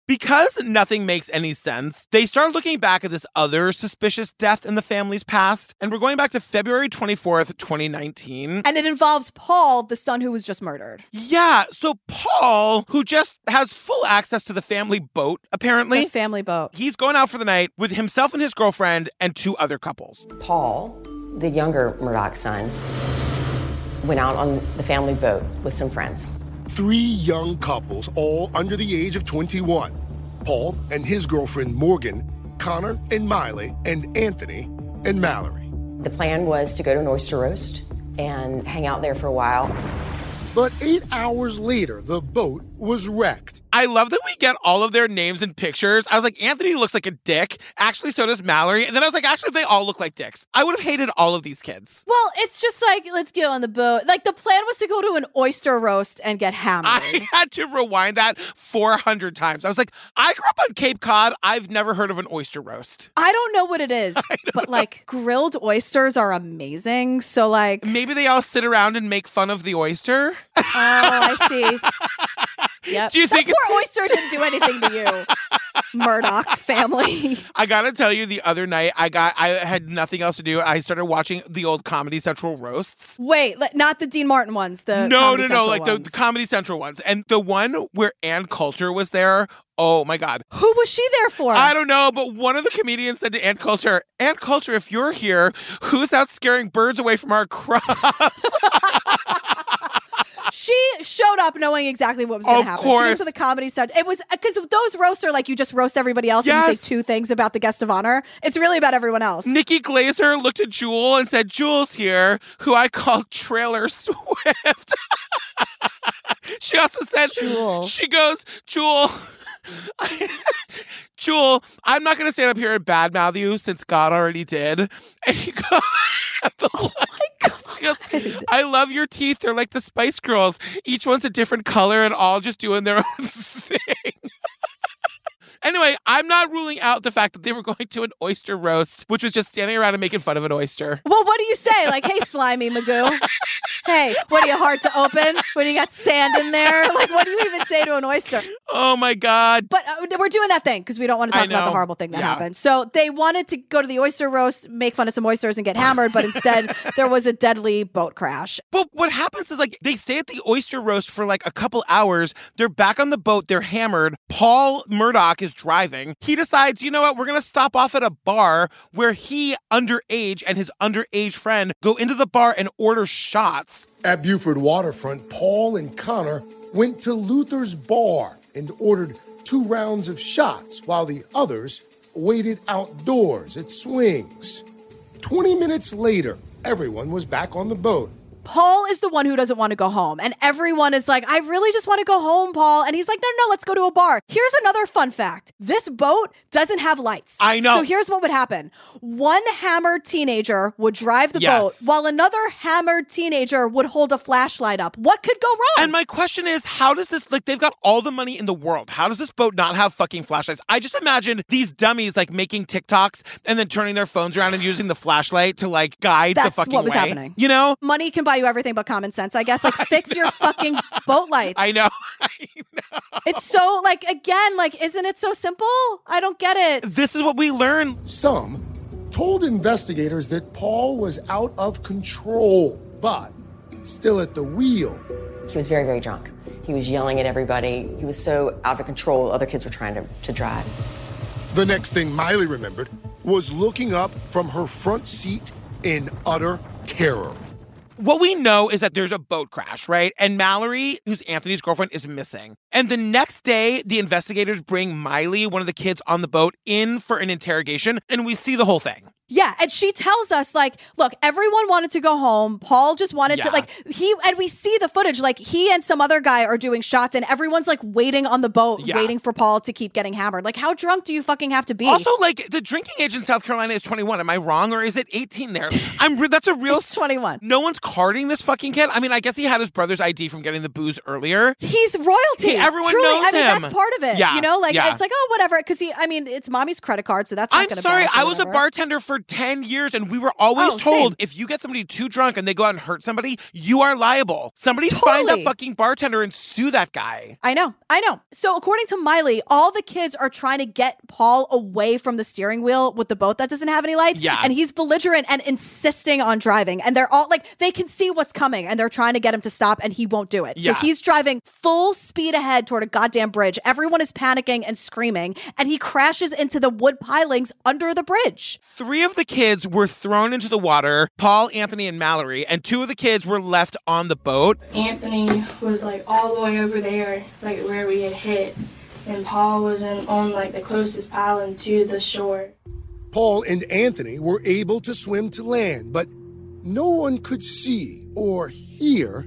[SPEAKER 1] Because nothing makes any sense, they start looking back at this other suspicious death in the family's past, and we're going back to February 24th, 2019.
[SPEAKER 2] And it involves Paul, the son who was just murdered.
[SPEAKER 1] Yeah. So Paul, who just has full access to the family boat, apparently.
[SPEAKER 2] The family boat.
[SPEAKER 1] He's going out for the night with himself and his girlfriend and two other couples.
[SPEAKER 9] Paul, the younger Murdoch son, went out on the family boat with some friends.
[SPEAKER 3] Three young couples, all under the age of 21. Paul and his girlfriend Morgan, Connor and Miley, and Anthony and Mallory.
[SPEAKER 9] The plan was to go to an oyster roast and hang out there for a while.
[SPEAKER 3] But eight hours later, the boat was wrecked.
[SPEAKER 1] I love that we get all of their names and pictures. I was like, Anthony looks like a dick. Actually, so does Mallory. And then I was like, actually, they all look like dicks. I would have hated all of these kids. *laughs*
[SPEAKER 2] Well, it's just like let's go on the boat. Like the plan was to go to an oyster roast and get hammered.
[SPEAKER 1] I had to rewind that 400 times. I was like, I grew up on Cape Cod. I've never heard of an oyster roast.
[SPEAKER 2] I don't know
[SPEAKER 1] *laughs*
[SPEAKER 2] what it is, but like grilled oysters are amazing. So like,
[SPEAKER 1] Maybe they all sit around and make fun of the oyster.
[SPEAKER 2] oh, I
[SPEAKER 1] *laughs*
[SPEAKER 2] see. Yep.
[SPEAKER 1] Do you
[SPEAKER 2] that
[SPEAKER 1] think it's- *laughs*
[SPEAKER 2] poor oyster didn't do anything to you, Murdoch
[SPEAKER 1] *laughs*
[SPEAKER 2] family?
[SPEAKER 1] I gotta tell you, the other night I got I had nothing else to do. I started watching the old Comedy Central roasts.
[SPEAKER 2] Wait, le- not the Dean Martin ones. The
[SPEAKER 1] no,
[SPEAKER 2] Comedy
[SPEAKER 1] no, no,
[SPEAKER 2] Central
[SPEAKER 1] like the,
[SPEAKER 2] ones.
[SPEAKER 1] the Comedy Central ones, and the one where Ann Coulter was there. Oh my God,
[SPEAKER 2] Who was she there for?
[SPEAKER 1] I don't know, but one of the comedians said to Ann Coulter, "Ann Coulter, if you're here, who's out scaring birds away from our crops?" *laughs*
[SPEAKER 2] she showed up knowing exactly what was going
[SPEAKER 1] Of
[SPEAKER 2] to happen. She
[SPEAKER 1] course.
[SPEAKER 2] was at the comedy set. It was because those roasts are like you just roast everybody else and you
[SPEAKER 1] Yes.
[SPEAKER 2] say two things about the guest of honor. It's really about everyone else.
[SPEAKER 1] Nikki Glazer looked at Jewel and said, "Jewel's here, who I call Trailer Swift." she also said,
[SPEAKER 2] Jewel.
[SPEAKER 1] "She goes, Jewel." *laughs* Jewel, I'm not going to stand up here and badmouth you since God already did. And you go, *laughs* oh my God. She goes, I love your teeth. They're like the Spice Girls. Each one's a different color and all just doing their *laughs* own thing. Anyway, I'm not ruling out the fact that they were going to an oyster roast, which was just standing around and making fun of an oyster.
[SPEAKER 2] Well, what do you say? Like, hey, slimy Magoo. Hey, what are you hard to open? When you got sand in there? Like, what do you even say to an oyster?
[SPEAKER 1] Oh my God.
[SPEAKER 2] But uh, we're doing that thing because we don't want to
[SPEAKER 1] I
[SPEAKER 2] talk about the
[SPEAKER 1] know.
[SPEAKER 2] horrible thing that
[SPEAKER 1] Yeah.
[SPEAKER 2] happened. So they wanted to go to the oyster roast, make fun of some oysters, and get hammered. But instead, there was a deadly boat crash.
[SPEAKER 1] But what happens is like they stay at the oyster roast for like a couple hours. They're back on the boat. They're hammered. Paul Murdoch is driving. He decides, you know what? We're gonna stop off at a bar where he, underage, and his underage friend go into the bar and order shots.
[SPEAKER 3] At Buford Waterfront, Paul and Connor went to Luther's bar and ordered two rounds of shots while the others waited outdoors at swings. 20 minutes later, everyone was back on the boat.
[SPEAKER 2] Paul is the one who doesn't want to go home. And everyone is like, I really just want to go home, Paul. And he's like, no, no, no, let's go to a bar. Here's another fun fact this boat doesn't have lights.
[SPEAKER 1] I know.
[SPEAKER 2] So here's what would happen one hammered teenager would drive the
[SPEAKER 1] Yes.
[SPEAKER 2] boat while another hammered teenager would hold a flashlight up. What could go wrong?
[SPEAKER 1] And my question is, how does this like they've got all the money in the world? How does this boat not have fucking flashlights? I just imagine these dummies like making TikToks and then turning their phones around and using the flashlight to like guide the
[SPEAKER 2] That's
[SPEAKER 1] fucking
[SPEAKER 2] what was
[SPEAKER 1] way.
[SPEAKER 2] happening.
[SPEAKER 1] You know?
[SPEAKER 2] Money can buy you everything but common sense,
[SPEAKER 1] *laughs*
[SPEAKER 2] I guess. Like, fix your fucking boat lights.
[SPEAKER 1] I know. *laughs*
[SPEAKER 2] It's so, like, again, like, isn't it so simple? I don't get it.
[SPEAKER 1] This is what we learn.
[SPEAKER 3] Some told investigators that Paul was out of control, but still at the wheel.
[SPEAKER 9] He was very, very drunk. He was yelling at everybody. He was so out of control, other kids were trying to, to drive.
[SPEAKER 3] The next thing Miley remembered was looking up from her front seat in utter terror.
[SPEAKER 1] What we know is that there's a boat crash, right? And Mallory, who's Anthony's girlfriend, is missing. And the next day, the investigators bring Miley, one of the kids on the boat, in for an interrogation, and we see the whole thing.
[SPEAKER 2] Yeah, and she tells us like, look, everyone wanted to go home. Paul just wanted
[SPEAKER 1] Yeah.
[SPEAKER 2] to like he and we see the footage like he and some other guy are doing shots and everyone's like waiting on the boat
[SPEAKER 1] Yeah.
[SPEAKER 2] waiting for Paul to keep getting hammered. Like how drunk do you fucking have to be?
[SPEAKER 1] Also, like the drinking age in South Carolina is 21. Am I wrong, or is it 18 there? I'm re- that's a real
[SPEAKER 2] 21.
[SPEAKER 1] No one's carding this fucking kid. I mean, I guess he had his brother's ID from getting the booze earlier.
[SPEAKER 2] He's royalty.
[SPEAKER 1] He- everyone
[SPEAKER 2] Truly,
[SPEAKER 1] knows
[SPEAKER 2] I mean,
[SPEAKER 1] him.
[SPEAKER 2] that's part of it.
[SPEAKER 1] Yeah,
[SPEAKER 2] You know, like
[SPEAKER 1] yeah.
[SPEAKER 2] it's like, oh, whatever. Cause he, I mean, it's mommy's credit card. So that's not
[SPEAKER 1] I'm
[SPEAKER 2] going to
[SPEAKER 1] sorry, I was a bartender for 10 years, and we were always
[SPEAKER 2] Oh,
[SPEAKER 1] told
[SPEAKER 2] same.
[SPEAKER 1] if you get somebody too drunk and they go out and hurt somebody, you are liable. Somebody find that
[SPEAKER 2] Totally.
[SPEAKER 1] fucking bartender and sue that guy.
[SPEAKER 2] I know, I know. So according to Miley, all the kids are trying to get Paul away from the steering wheel with the boat that doesn't have any lights.
[SPEAKER 1] Yeah.
[SPEAKER 2] And he's belligerent and insisting on driving. And they're all like, they can see what's coming and they're trying to get him to stop and he won't do it.
[SPEAKER 1] Yeah.
[SPEAKER 2] So he's driving full speed ahead toward a goddamn bridge. Everyone is panicking and screaming, and he crashes into the wood pilings under the bridge.
[SPEAKER 1] Three of the kids were thrown into the water Paul, Anthony, and Mallory, and two of the kids were left on the boat.
[SPEAKER 5] Anthony was like all the way over there, like where we had hit, and Paul was in on like the closest island to the shore.
[SPEAKER 3] Paul and Anthony were able to swim to land, but no one could see or hear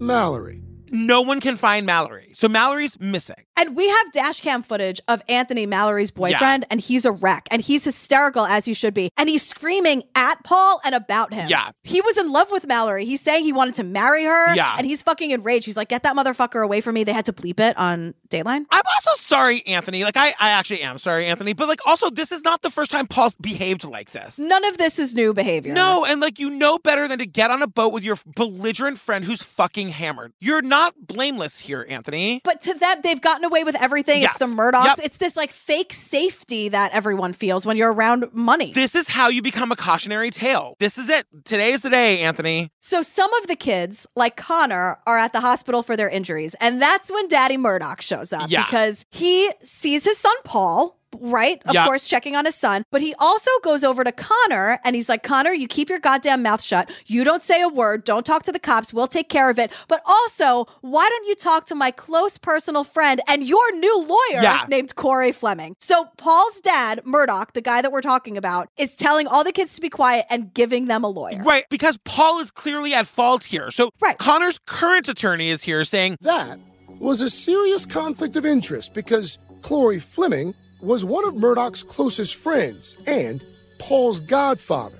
[SPEAKER 3] Mallory.
[SPEAKER 1] No one can find Mallory. So Mallory's missing.
[SPEAKER 2] And we have dash cam footage of Anthony Mallory's boyfriend, and he's a wreck, and he's hysterical as he should be, and he's screaming at Paul and about him.
[SPEAKER 1] Yeah.
[SPEAKER 2] he was in love with Mallory. He's saying he wanted to marry her.
[SPEAKER 1] Yeah.
[SPEAKER 2] and he's fucking enraged. He's like, "Get that motherfucker away from me!" They had to bleep it on Dateline.
[SPEAKER 1] I'm also sorry, Anthony. Like, I, I actually am sorry, Anthony. But, like, also, this is not the first time Paul's behaved like this.
[SPEAKER 2] None of this is new behavior.
[SPEAKER 1] No, and like you know better than to get on a boat with your belligerent friend who's fucking hammered. You're not blameless here, Anthony.
[SPEAKER 2] But to them, they've gotten away with everything.
[SPEAKER 1] Yes.
[SPEAKER 2] It's the Murdochs.
[SPEAKER 1] Yep.
[SPEAKER 2] It's this like fake safety that everyone feels when you're around money.
[SPEAKER 1] This is how you become a cautionary tale. This is it. Today is the day, Anthony.
[SPEAKER 2] So some of the kids, like Connor, are at the hospital for their injuries. And that's when Daddy Murdoch shows up
[SPEAKER 1] Yeah.
[SPEAKER 2] because he sees his son Paul. Right, of
[SPEAKER 19] Yeah.
[SPEAKER 2] course, checking on his son, but he also goes over to Connor and he's like, Connor, you keep your goddamn mouth shut. You don't say a word. Don't talk to the cops. We'll take care of it. But also, why don't you talk to my close personal friend and your new lawyer
[SPEAKER 19] Yeah.
[SPEAKER 2] named Corey Fleming? So Paul's dad, Murdoch, the guy that we're talking about, is telling all the kids to be quiet and giving them a lawyer.
[SPEAKER 1] Right, because Paul is clearly at fault here. So Connor's current attorney is here saying,
[SPEAKER 3] That was a serious conflict of interest because Clory Fleming was one of Murdoch's closest friends and Paul's godfather.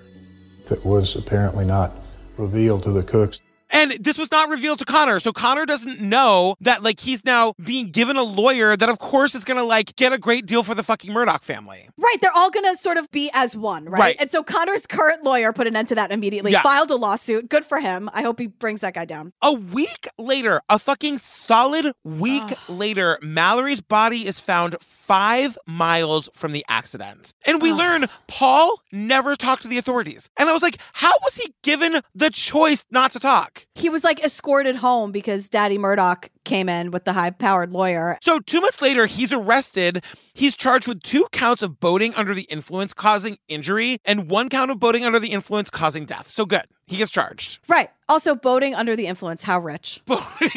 [SPEAKER 18] that was apparently not revealed to the cooks.
[SPEAKER 1] and this was not revealed to Connor. So Connor doesn't know that like he's now being given a lawyer that of course is gonna like get a great deal for the fucking Murdoch family.
[SPEAKER 2] Right, they're all gonna sort of be as one, right?
[SPEAKER 1] Right.
[SPEAKER 2] And so Connor's current lawyer put an end to that immediately,
[SPEAKER 1] Yeah.
[SPEAKER 2] filed a lawsuit. Good for him. I hope he brings that guy down.
[SPEAKER 1] A week later, a fucking solid week later, Mallory's body is found five miles from the accident. And we learn Paul never talked to the authorities. And I was like, how was he given the choice not to talk?
[SPEAKER 2] He was like escorted home because Daddy Murdoch came in with the high powered lawyer.
[SPEAKER 1] So, two months later, he's arrested. He's charged with two counts of boating under the influence causing injury and one count of boating under the influence causing death. So, good. He gets charged. *laughs*
[SPEAKER 2] Right. Also, boating under the influence. How rich?
[SPEAKER 1] *laughs*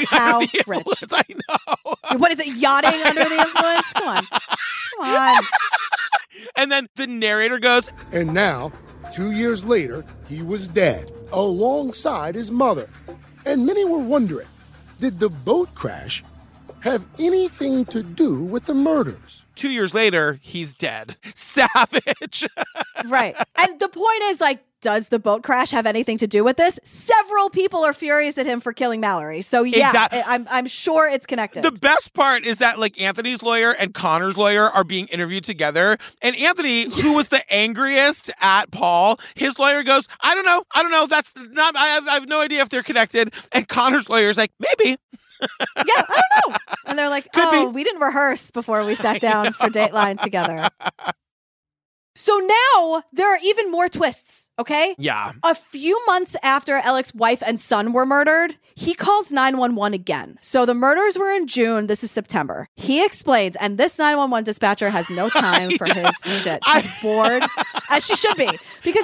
[SPEAKER 2] How rich?
[SPEAKER 1] I
[SPEAKER 2] know. What is it? Yachting under the influence? Come on. Come on.
[SPEAKER 1] And then the narrator goes,
[SPEAKER 3] And now, two years later, he was dead alongside his mother. And many were wondering did the boat crash have anything to do with the murders?
[SPEAKER 1] Two years later, he's dead. *laughs* Savage.
[SPEAKER 2] Right. And the point is like, does the boat crash have anything to do with this? Several people are furious at him for killing Mallory. So yeah,
[SPEAKER 1] Exact-
[SPEAKER 2] I- I'm I'm sure it's connected.
[SPEAKER 1] The best part is that like Anthony's lawyer and Connor's lawyer are being interviewed together. And Anthony, who was *laughs* the angriest at Paul, his lawyer goes, I don't know. I don't know. That's not, I have, I have no idea if they're connected. And Connor's lawyer's like, maybe.
[SPEAKER 2] And they're like, oh, we didn't rehearse before we sat down for Dateline together. So now there are even more twists, okay?
[SPEAKER 1] Yeah.
[SPEAKER 2] A few months after Alec's wife and son were murdered, he calls 911 again. So the murders were in June. This is September. He explains, and this 911 dispatcher
[SPEAKER 8] *laughs*
[SPEAKER 2] has no time for his shit. She's bored, as she should be, because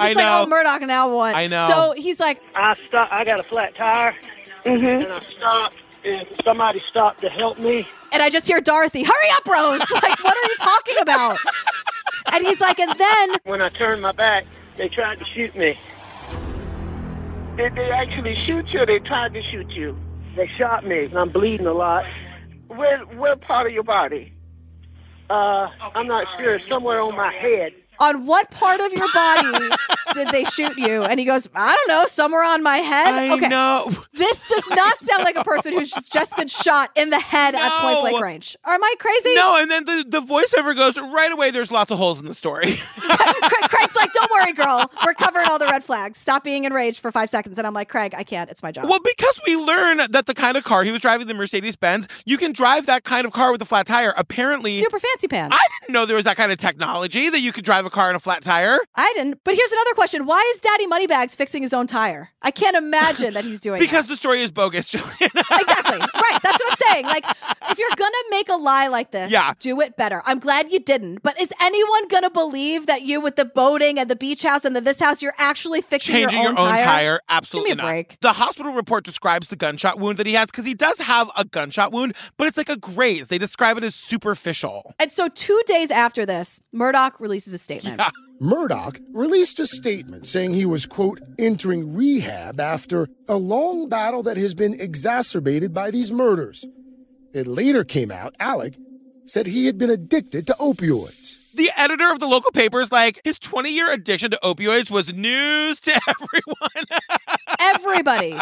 [SPEAKER 8] *laughs* I
[SPEAKER 2] it's like, oh,
[SPEAKER 8] know.
[SPEAKER 2] Murdoch, now what?
[SPEAKER 8] I know.
[SPEAKER 2] So he's like,
[SPEAKER 8] I stopped. I got a flat tire, and I stopped, and somebody stopped to help me.
[SPEAKER 2] and I just hear Dorothy, hurry up, Rose. *laughs* like, what are you talking about? And he's like, and then
[SPEAKER 8] When I turned my back, they tried to shoot me. Did they actually shoot you? Or they tried to shoot you. They shot me, and I'm bleeding a lot. Where, where part of your body? Uh, I'm not sure. Somewhere on my head.
[SPEAKER 2] on what part of your body did they shoot you? And he goes, I don't know, somewhere on my head.
[SPEAKER 1] I
[SPEAKER 2] okay.
[SPEAKER 1] know.
[SPEAKER 2] This does not sound like a person who's just, just been shot in the head at point blank
[SPEAKER 1] No.
[SPEAKER 2] range. Am I crazy?
[SPEAKER 1] No. And then the, the voiceover goes, right away, there's lots of holes in the story. *laughs*
[SPEAKER 2] *laughs* Cra- Craig's like, don't worry, girl. We're covering all the red flags. Stop being enraged for five seconds. And I'm like, Craig, I can't. It's my job.
[SPEAKER 1] Well, because we learn that the kind of car he was driving, the Mercedes Benz, you can drive that kind of car with a flat tire. Apparently,
[SPEAKER 2] Super fancy pants.
[SPEAKER 1] I didn't know there was that kind of technology that you could drive a car in a flat tire.
[SPEAKER 2] I didn't. But here's another question. Why is Daddy Moneybags fixing his own tire? I can't imagine that he's doing that.
[SPEAKER 1] Because the story is bogus, *laughs* Jillian.
[SPEAKER 2] exactly. Right. That's what I'm saying. Like, if you're gonna make a lie like this,
[SPEAKER 1] Yeah.
[SPEAKER 2] do it better. I'm glad you didn't. But is anyone gonna believe that you, with the boating and the beach house and the this house, you're actually fixing
[SPEAKER 1] Changing your own, tire? absolutely
[SPEAKER 2] Give me a
[SPEAKER 1] not.
[SPEAKER 2] break.
[SPEAKER 1] The hospital report describes the gunshot wound that he has because he does have a gunshot wound, but it's like a graze. They describe it as superficial. *laughs*
[SPEAKER 2] And so, two days after this, Murdoch releases a statement.
[SPEAKER 3] Murdoch released a statement saying he was, quote, entering rehab after a long battle that has been exacerbated by these murders. It later came out Alec said he had been addicted to opioids.
[SPEAKER 1] The editor of the local paper is like, his 20 year addiction to opioids was news to *laughs*
[SPEAKER 2] everybody. Everybody.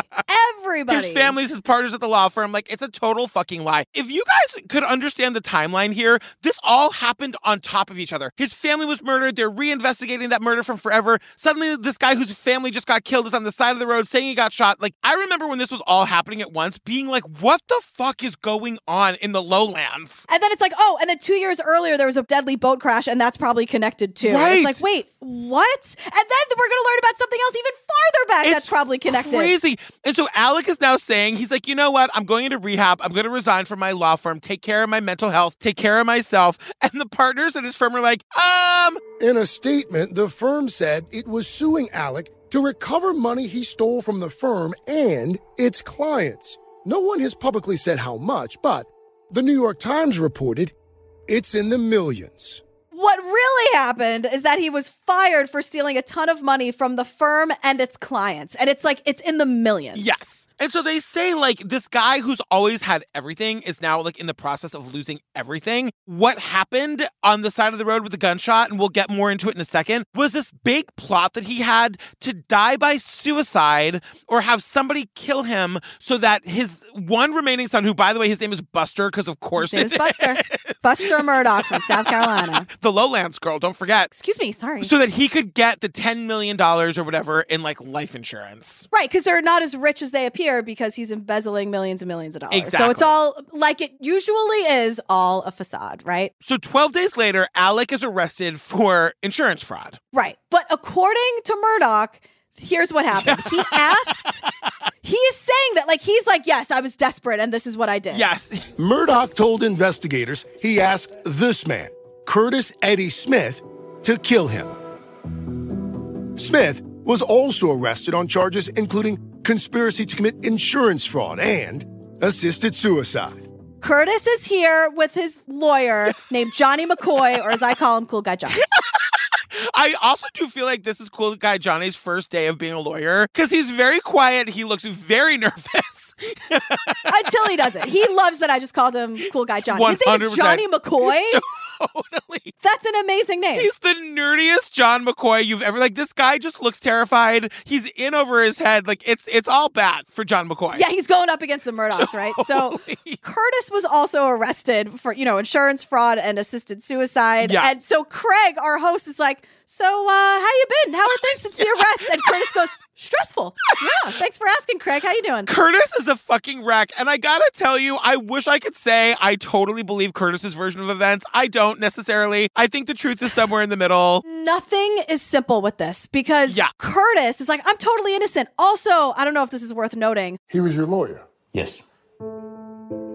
[SPEAKER 1] His families, his partners at the law firm. Like, it's a total fucking lie. If you guys could understand the timeline here, this all happened on top of each other. His family was murdered. They're reinvestigating that murder from forever. Suddenly, this guy whose family just got killed is on the side of the road saying he got shot. Like, I remember when this was all happening at once, being like, what the fuck is going on in the lowlands?
[SPEAKER 2] And then it's like, oh, and then two years earlier there was a deadly boat crash, and that's probably connected too. And
[SPEAKER 1] Right.
[SPEAKER 2] It's like, wait, what? And then we're gonna learn about something else even farther back that's probably connected.
[SPEAKER 1] Crazy. And so Alec is now saying, he's like, you know what? I'm going into rehab. I'm going to resign from my law firm, take care of my mental health, take care of myself. *laughs* And the partners at his firm are like, um.
[SPEAKER 3] In a statement, the firm said it was suing Alec to recover money he stole from the firm and its clients. No one has publicly said how much, but the New York Times reported it's in the millions.
[SPEAKER 2] What really happened is that he was fired for stealing a ton of money from the firm and its clients. And it's like, it's in the millions.
[SPEAKER 1] Yes. And so they say, like, this guy who's always had everything is now, like, in the process of losing everything. What happened on the side of the road with the gunshot, and we'll get more into it in a second, was this big plot that he had to die by suicide or have somebody kill him so that his one remaining son, who, by the way, his name is Buster, because of course
[SPEAKER 2] His name is
[SPEAKER 1] it *laughs*
[SPEAKER 2] Buster. Buster Murdoch from South Carolina.
[SPEAKER 1] the Lowlands girl, don't forget.
[SPEAKER 2] Excuse me, sorry.
[SPEAKER 1] So that he could get the $10 million or whatever in, like, life insurance.
[SPEAKER 2] Right, because they're not as rich as they appear because he's embezzling millions and millions of dollars. So it's
[SPEAKER 1] Exactly.
[SPEAKER 2] all like it usually is all a facade, right?
[SPEAKER 1] So 12 days later, Alec is arrested for insurance fraud.
[SPEAKER 2] Right. But according to Murdoch, here's what happened. He
[SPEAKER 1] *laughs*
[SPEAKER 2] asked, he is saying that, like, he's like, yes, I was desperate and this is what I did.
[SPEAKER 1] Yes. *laughs*
[SPEAKER 3] Murdoch told investigators he asked this man, Curtis Eddie Smith, to kill him. Smith was also arrested on charges including conspiracy to commit insurance fraud and assisted suicide.
[SPEAKER 2] Curtis is here with his lawyer named Johnny McCoy, or as I call him, Cool Guy Johnny.
[SPEAKER 1] I also do feel like this is cool guy Johnny's first day of being a lawyer because he's very quiet. He looks very *laughs* nervous.
[SPEAKER 2] Until he doesn't. He loves that I just called him Cool Guy Johnny. His name is
[SPEAKER 1] 100%.
[SPEAKER 2] Johnny McCoy.
[SPEAKER 1] *laughs*
[SPEAKER 2] That's an amazing name.
[SPEAKER 1] He's the nerdiest John McCoy you've ever like. This guy just looks terrified. He's in over his head. Like it's it's all bad for John McCoy.
[SPEAKER 2] Yeah, he's going up against the Murdochs, right? So Curtis was also arrested for, you know, insurance fraud and assisted suicide.
[SPEAKER 1] Yeah.
[SPEAKER 2] And so Craig, our host, is like, So uh, how you been? How are things since the arrest? And Curtis goes, Stressful. Yeah. Thanks for asking, Craig. How you doing?
[SPEAKER 1] Curtis is a fucking wreck. And I gotta tell you, I wish I could say I totally believe Curtis's version of events. I don't necessarily. I think the truth is somewhere in the middle.
[SPEAKER 2] Nothing is simple with this because Curtis is like, I'm totally innocent. Also, I don't know if this is worth noting.
[SPEAKER 3] He was your lawyer.
[SPEAKER 7] Yes.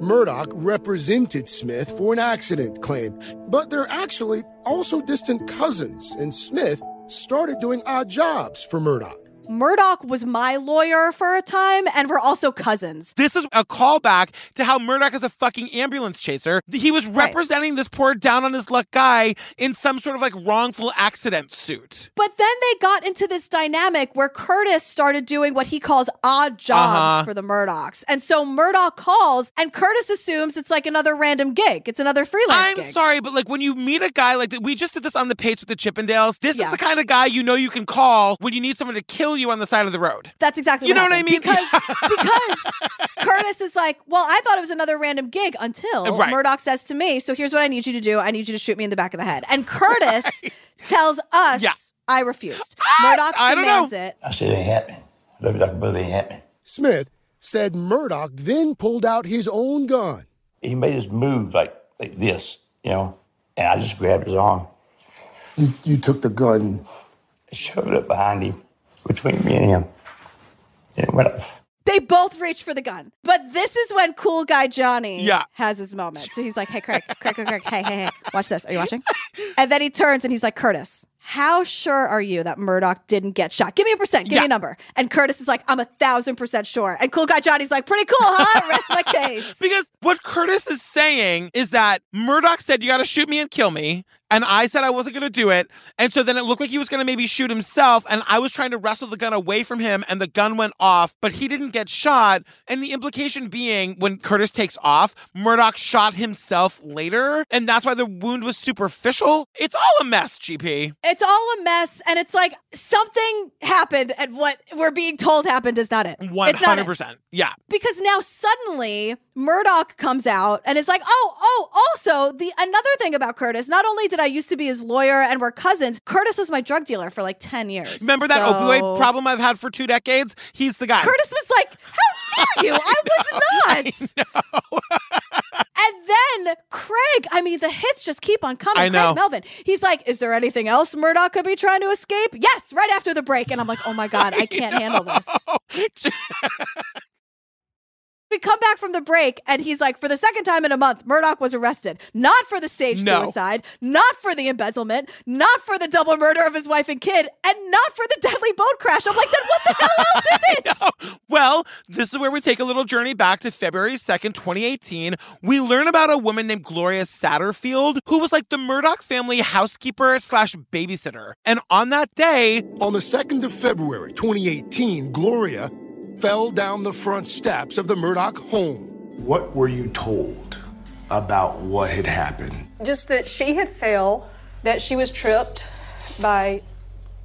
[SPEAKER 3] Murdoch represented Smith for an accident claim, but they're actually also distant cousins, and Smith started doing odd jobs for Murdoch.
[SPEAKER 2] Murdoch was my lawyer for a time, and we're also cousins.
[SPEAKER 1] This is a callback to how Murdoch is a fucking ambulance chaser. He was representing this poor down on his luck guy in some sort of like wrongful accident suit.
[SPEAKER 2] But then they got into this dynamic where Curtis started doing what he calls odd jobs
[SPEAKER 1] Uh-huh.
[SPEAKER 2] for the Murdochs. And so Murdoch calls, and Curtis assumes it's like another random gig. It's another freelance
[SPEAKER 1] I'm
[SPEAKER 2] gig.
[SPEAKER 1] sorry, but like when you meet a guy like that, we just did this on the page with the Chippendales. This
[SPEAKER 2] Yeah.
[SPEAKER 1] is the kind of guy you know you can call when you need someone to kill you on the side of the road.
[SPEAKER 2] That's exactly
[SPEAKER 1] You
[SPEAKER 2] what
[SPEAKER 1] know what I
[SPEAKER 2] happened.
[SPEAKER 1] mean? *laughs*
[SPEAKER 2] Because Curtis is like, well, I thought it was another random gig until
[SPEAKER 1] Uh, Right.
[SPEAKER 2] Murdoch says to me, so here's what I need you to do. I need you to shoot me in the back of the head.
[SPEAKER 1] *laughs*
[SPEAKER 2] And Curtis tells us,
[SPEAKER 7] Yeah.
[SPEAKER 2] I refused. Murdoch
[SPEAKER 1] *gasps* I don't know.
[SPEAKER 2] demands it.
[SPEAKER 7] I said, it ain't happening. Baby Dr. Booth ain't happening.
[SPEAKER 3] Smith said Murdoch then pulled out his own gun.
[SPEAKER 7] He made his move like, like this, you know, and I just grabbed his arm. You, you took the gun and shoved it behind him, between me and him. And it went up.
[SPEAKER 2] They both reach for the gun. But this is when cool guy Johnny
[SPEAKER 7] Yeah.
[SPEAKER 2] has his moment. So he's like, hey, Craig, Craig, Craig, Craig, hey, hey, hey, watch this. Are you watching? And then he turns and he's like, Curtis, how sure are you that Murdoch didn't get shot? Give me a percent. Give me
[SPEAKER 19] Yeah.
[SPEAKER 2] a number. And Curtis is like, I'm a thousand percent sure. And cool guy Johnny's like, pretty cool, huh? Rest my case.
[SPEAKER 1] Because what Curtis is saying is that Murdoch said, You gotta shoot me and kill me. and I said I wasn't going to do it. And so then it looked like he was going to maybe shoot himself. And I was trying to wrestle the gun away from him, and the gun went off, but he didn't get shot. And the implication being when Curtis takes off, Murdoch shot himself later. And that's why the wound was superficial. It's all a mess, GP.
[SPEAKER 2] It's all a mess, and it's like something happened, and what we're being told happened is not it. It's not it.
[SPEAKER 1] 100%. Yeah.
[SPEAKER 2] because now suddenly Murdoch comes out and is like, "Oh, oh, also the another thing about Curtis. Not only did I used to be his lawyer and we're cousins, Curtis was my drug dealer for like ten years.
[SPEAKER 1] Remember that
[SPEAKER 2] So-
[SPEAKER 1] opioid problem I've had for two decades? He's the guy. *laughs*
[SPEAKER 2] Curtis was like, "How dare you? I, was not."
[SPEAKER 1] *laughs*
[SPEAKER 2] and then Craig, I mean, the hits just keep on coming.
[SPEAKER 1] I know.
[SPEAKER 2] Craig Melvin, he's like, "Is there anything else Murdoch could be trying to escape?" Yes, right after the break, and I'm like, "Oh my god, I
[SPEAKER 1] *laughs*
[SPEAKER 2] can't handle this." We come back from the break, and he's like, for the second time in a month, Murdoch was arrested. Not for the staged
[SPEAKER 1] No.
[SPEAKER 2] suicide, not for the embezzlement, not for the double murder of his wife and kid, and not for the deadly boat crash. I'm like, then what the hell else is
[SPEAKER 1] *laughs*
[SPEAKER 2] it?
[SPEAKER 1] Well, this is where we take a little journey back to February 2nd, 2018. We learn about a woman named Gloria Satterfield, who was like the Murdoch family housekeeper slash babysitter. And on that day,
[SPEAKER 3] On the 2nd of February 2018, Gloria fell down the front steps of the Murdoch home.
[SPEAKER 20] What were you told about what had happened?
[SPEAKER 21] Just that she had fell, that she was tripped by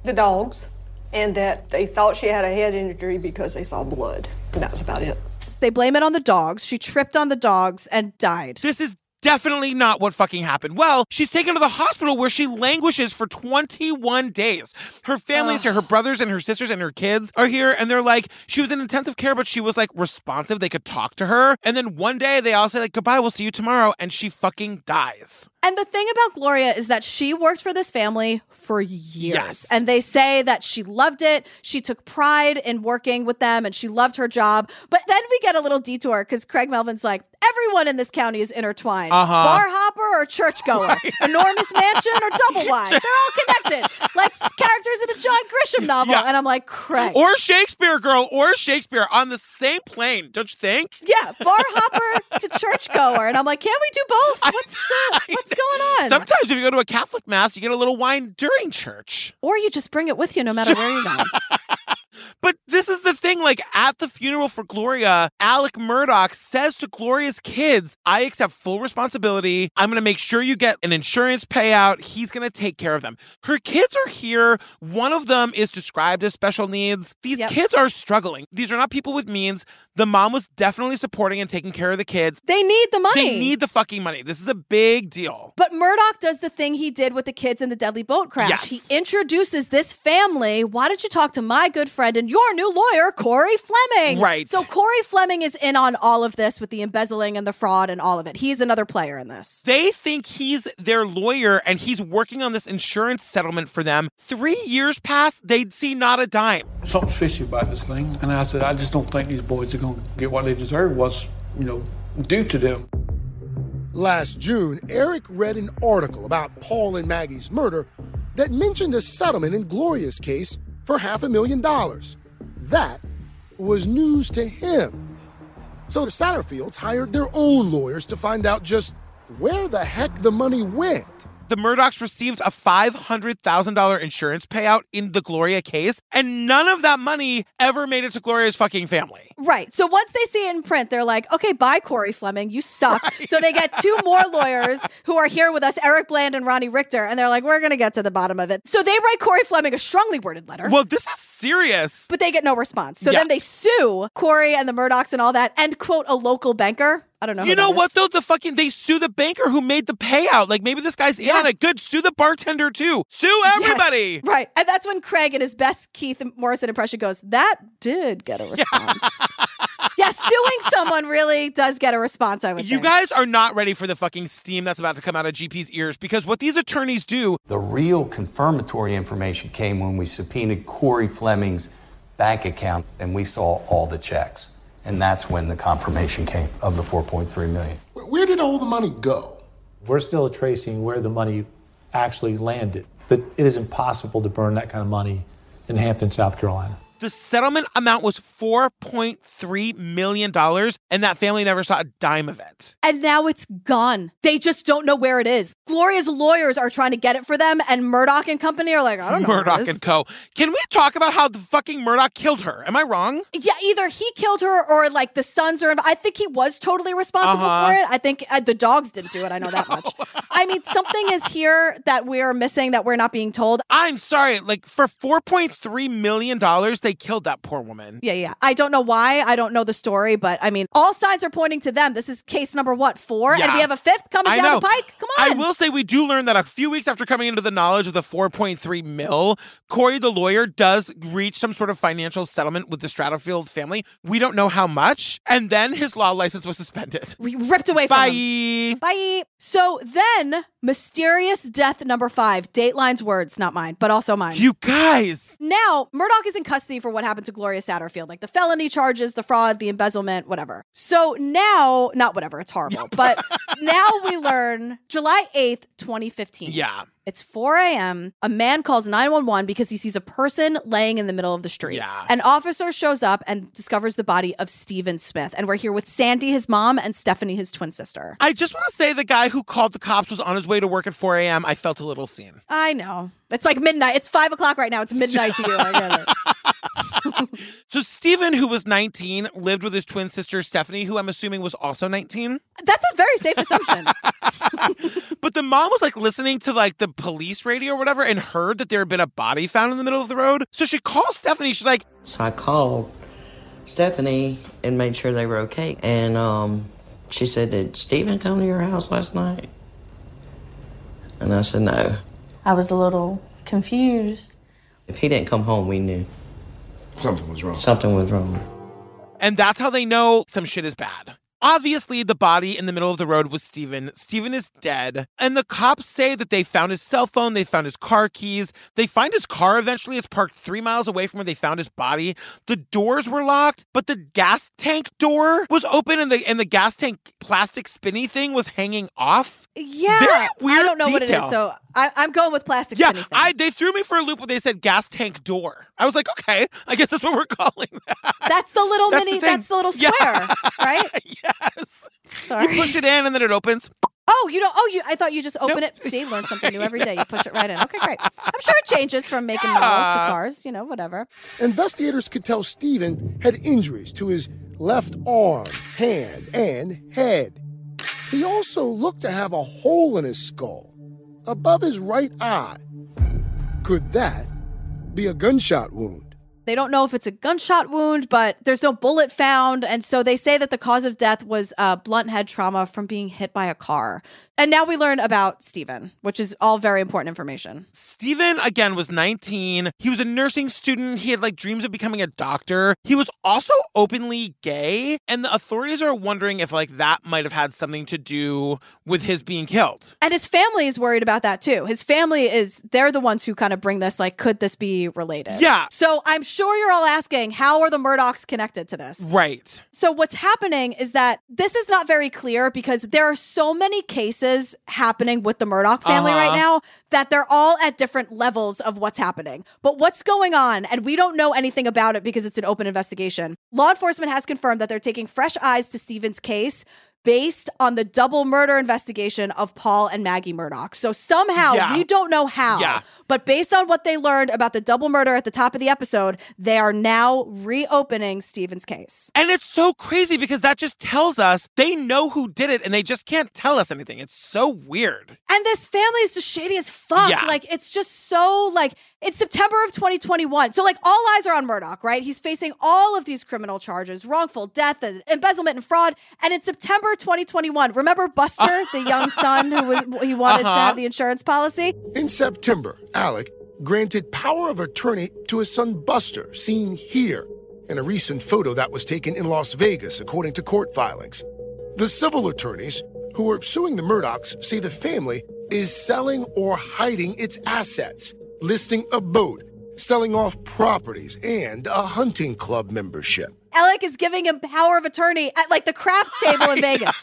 [SPEAKER 21] the dogs, and that they thought she had a head injury because they saw blood. And that was about it.
[SPEAKER 2] They blame it on the dogs. She tripped on the dogs and died.
[SPEAKER 1] This is definitely not what fucking happened. Well, she's taken to the hospital where she languishes for 21 days. Her family's here, her brothers and her sisters and her kids are here, and they're like, she was in intensive care, but she was like responsive. They could talk to her. And then one day they all say, like, goodbye, we'll see you tomorrow. And she fucking dies.
[SPEAKER 2] And the thing about Gloria is that she worked for this family for years.
[SPEAKER 1] Yes.
[SPEAKER 2] And they say that she loved it. She took pride in working with them and she loved her job. But then we get a little detour because Craig Melvin's like, everyone in this county is intertwined.
[SPEAKER 1] Uh-huh.
[SPEAKER 2] Bar hopper
[SPEAKER 1] *laughs*
[SPEAKER 2] or churchgoer, enormous mansion or double wide. They're all connected, like s- characters in a John Grisham novel. And I'm like, Craig.
[SPEAKER 1] Or Shakespeare, girl, or Shakespeare on the same plane, don't you think? *laughs*
[SPEAKER 2] yeah, bar hopper to churchgoer. And I'm like, can't we do
[SPEAKER 1] *laughs*
[SPEAKER 2] both? What's the, what's going on?
[SPEAKER 1] Sometimes if you go to a Catholic mass, you get a little wine during church.
[SPEAKER 2] or you just bring it with you no matter where
[SPEAKER 1] *laughs*
[SPEAKER 2] you go.
[SPEAKER 1] But this is the thing like at the funeral for Gloria, Alec Murdoch says to Gloria's kids, I accept full responsibility. I'm going to make sure you get an insurance payout. He's going to take care of them. Her kids are here. One of them is described as special needs. These
[SPEAKER 2] Yep.
[SPEAKER 1] kids are struggling. These are not people with means. The mom was definitely supporting and taking care of the kids.
[SPEAKER 2] They need the money.
[SPEAKER 1] They need the fucking money. This is a big deal.
[SPEAKER 2] But Murdoch does the thing he did with the kids in the deadly boat crash.
[SPEAKER 1] Yes.
[SPEAKER 2] He introduces this family. Why don't you talk to my good friend and your new lawyer, Corey Fleming?
[SPEAKER 1] Right.
[SPEAKER 2] So Corey Fleming is in on all of this with the embezzling and the fraud and all of it. He's another player in this.
[SPEAKER 1] They think he's their lawyer and he's working on this insurance settlement for them. Three years pass, they'd see not a dime.
[SPEAKER 6] something's fishy about this thing. And I said, I just don't think these boys are going to get what they deserve, what's, you know, due to them.
[SPEAKER 3] Last June, Eric read an article about Paul and Maggie's murder that mentioned a settlement in Gloria's case for half a million dollars. That was news to him. So the Satterfields hired their own lawyers to find out just where the heck the money went.
[SPEAKER 1] The Murdochs received a $500,000 insurance payout in the Gloria case, and none of that money ever made it to Gloria's fucking family.
[SPEAKER 2] Right. So once they see it in print, they're like, okay, bye, Corey Fleming.
[SPEAKER 1] *laughs*
[SPEAKER 2] You suck. So they get two more lawyers who are here with us, Eric Bland and Ronnie Richter. And they're like, we're going to get to the bottom of it. So they write Corey Fleming a strongly worded letter.
[SPEAKER 1] Well, this is serious.
[SPEAKER 2] but they get no response. So
[SPEAKER 1] Yeah.
[SPEAKER 2] then they sue Corey and the Murdochs and all that, and quote a local banker. I don't know.
[SPEAKER 1] You know what though? The fucking they sue the banker who made the payout. Like maybe this guy's in on it. Good, sue the bartender too. Sue everybody.
[SPEAKER 2] Right, and that's when Craig, in his best Keith Morrison impression, goes, "That did get
[SPEAKER 1] *laughs*
[SPEAKER 2] a response." yeah, suing someone really does get a response. I would.
[SPEAKER 1] You
[SPEAKER 2] think.
[SPEAKER 1] guys are not ready for the fucking steam that's about to come out of GP's ears because what these attorneys do
[SPEAKER 22] The real confirmatory information came when we subpoenaed Corey Fleming's bank account and we saw all the checks. And that's when the confirmation came of the 4.3 million.
[SPEAKER 3] Where did all the money go?
[SPEAKER 10] We're still tracing where the money actually landed, but it is impossible to burn that kind of money in Hampton, South Carolina.
[SPEAKER 1] The settlement amount was $4.3 million, and that family never saw a dime of it.
[SPEAKER 2] And now it's gone. They just don't know where it is. Gloria's lawyers are trying to get it for them, and Murdoch and company are like, I don't know. where it
[SPEAKER 1] Murdoch
[SPEAKER 2] is.
[SPEAKER 1] and Co. Can we talk about how the fucking Murdoch killed her? Am I wrong?
[SPEAKER 2] Yeah, either he killed her or like the sons are. inv- I think he was totally responsible
[SPEAKER 1] Uh-huh.
[SPEAKER 2] for it. I think uh, the dogs didn't do it. I know
[SPEAKER 1] *laughs*
[SPEAKER 2] that much. I mean, something is here that we're missing that we're not being told.
[SPEAKER 1] I'm sorry. Like for $4.3 million, they killed that poor woman.
[SPEAKER 2] Yeah, yeah. I don't know why. I don't know the story, but I mean, all signs are pointing to them. This is case number what four, and
[SPEAKER 1] Yeah.
[SPEAKER 2] we have a fifth coming
[SPEAKER 1] I
[SPEAKER 2] down
[SPEAKER 1] know.
[SPEAKER 2] the pike. Come
[SPEAKER 1] I
[SPEAKER 2] on.
[SPEAKER 1] will say we do learn that a few weeks after coming into the knowledge of the 4.3 mil, Corey the lawyer does reach some sort of financial settlement with the Stratfield family. We don't know how much. And then his law license was
[SPEAKER 2] *laughs*
[SPEAKER 1] suspended.
[SPEAKER 2] We ripped away from
[SPEAKER 1] Bye.
[SPEAKER 2] him. Bye. So then, mysterious death number five. Dateline's words, not mine, but also mine.
[SPEAKER 1] You guys.
[SPEAKER 2] Now, Murdoch is in custody for what happened to Gloria Satterfield, like the felony charges, the fraud, the embezzlement, whatever. So now, not whatever,
[SPEAKER 1] *laughs*
[SPEAKER 2] it's horrible, but now we learn July 8th, 2015.
[SPEAKER 1] Yeah.
[SPEAKER 2] It's 4 a.m. A man calls 911 because he sees a person laying in the middle of the street.
[SPEAKER 1] Yeah.
[SPEAKER 2] An officer shows up and discovers the body of Stephen Smith. And we're here with Sandy, his mom, and Stephanie, his twin sister.
[SPEAKER 1] I just want to say the guy who called the cops was on his way to work at 4 a.m. I felt a little seen.
[SPEAKER 2] I know. It's like midnight. It's five o'clock right now. It's midnight to you. I get
[SPEAKER 1] *laughs*
[SPEAKER 2] it.
[SPEAKER 1] So Stephen, who was 19, lived with his twin sister Stephanie, who I'm assuming was also 19.
[SPEAKER 2] That's a very safe assumption.
[SPEAKER 1] But the mom was like listening to like the police radio or whatever and heard that there had been a body found in the middle of the road. So she calls Stephanie. She's like,
[SPEAKER 23] So I called Stephanie and made sure they were okay. And um, she said, Did Steven come to your house last night? And I said, No.
[SPEAKER 24] I was a little confused.
[SPEAKER 23] If he didn't come home, we knew. Something was wrong. Something was wrong.
[SPEAKER 1] and that's how they know some shit is bad. Obviously, the body in the middle of the road was Steven. Steven is dead. And the cops say that they found his cell phone, they found his car keys, they find his car eventually. It's parked three miles away from where they found his body. The doors were locked, but the gas tank door was open and the and the gas tank plastic spinny thing was hanging off.
[SPEAKER 2] Yeah,
[SPEAKER 1] Very weird
[SPEAKER 2] I don't know what it
[SPEAKER 1] detail.
[SPEAKER 2] is, so I, I'm going with plastic.
[SPEAKER 1] Yeah,
[SPEAKER 2] spinny thing.
[SPEAKER 1] I they threw me for a loop when they said gas tank door. I was like, okay, I guess that's what we're *laughs* calling that. *laughs*
[SPEAKER 2] that's the little
[SPEAKER 1] That's the
[SPEAKER 2] mini.
[SPEAKER 1] thing.
[SPEAKER 2] that's the little
[SPEAKER 1] Yeah.
[SPEAKER 2] square,
[SPEAKER 1] *laughs*
[SPEAKER 2] right?
[SPEAKER 1] yes.
[SPEAKER 2] Sorry.
[SPEAKER 1] You push it in and then it opens.
[SPEAKER 2] Oh, you don't. Oh, you. I thought you just open it. See, learn something new every day. You push it right in. Okay, great. I'm sure it changes from making yeah.
[SPEAKER 3] Yeah.
[SPEAKER 2] to cars. You know, whatever.
[SPEAKER 3] Investigators could tell Stephen had injuries to his left arm, hand, and head. He also looked to have a hole in his skull above his right eye. Could that be a gunshot wound?
[SPEAKER 2] They don't know if it's a gunshot wound, but there's no bullet found, and so they say that the cause of death was uh, blunt head trauma from being hit by a car. And now we learn about Stephen, which is all very important information.
[SPEAKER 1] Steven again was 19. He was a nursing student. He had like dreams of becoming a doctor. He was also openly gay, and the authorities are wondering if like that might have had something to do with his being killed.
[SPEAKER 2] And his family is worried about that too. His family is, they're the ones who kind of bring this, like, could this be related?
[SPEAKER 1] Yeah.
[SPEAKER 2] So I'm sure you're all asking, how are the Murdochs connected to this?
[SPEAKER 1] Right.
[SPEAKER 2] So what's happening is that this is not very clear because there are so many cases happening with the Murdoch family
[SPEAKER 25] Uh-huh.
[SPEAKER 2] right now that they're all at different levels of what's happening. But what's going on and we don't know anything about it because it's an open investigation. Law enforcement has confirmed that they're taking fresh eyes to Steven's case based on the double murder investigation of Paul and Maggie Murdoch. So somehow
[SPEAKER 26] Yeah.
[SPEAKER 2] we don't know how,
[SPEAKER 26] Yeah.
[SPEAKER 2] but based on what they learned about the double murder at the top of the episode, they are now reopening Steven's case.
[SPEAKER 1] And it's so crazy because that just tells us they know who did it and they just can't tell us anything. It's so weird.
[SPEAKER 2] And this family is just shady as fuck.
[SPEAKER 1] Yeah.
[SPEAKER 2] Like it's just so like it's September of 2021. So like all eyes are on Murdoch, right? He's facing all of these criminal charges, wrongful death and embezzlement and fraud. And in September 2021, remember
[SPEAKER 1] *laughs*
[SPEAKER 2] Buster, the young son who was he wanted to
[SPEAKER 3] Uh-huh.
[SPEAKER 2] have the insurance policy?
[SPEAKER 3] In September, Alec granted power of attorney to his son Buster, seen here in a recent photo that was taken in Las Vegas, according to court filings. The civil attorneys who are suing the Murdochs say the family is selling or hiding its assets, listing a boat, selling off properties, and a hunting club membership.
[SPEAKER 1] *laughs*
[SPEAKER 2] Alec is giving him power of attorney at like the crafts table in Vegas.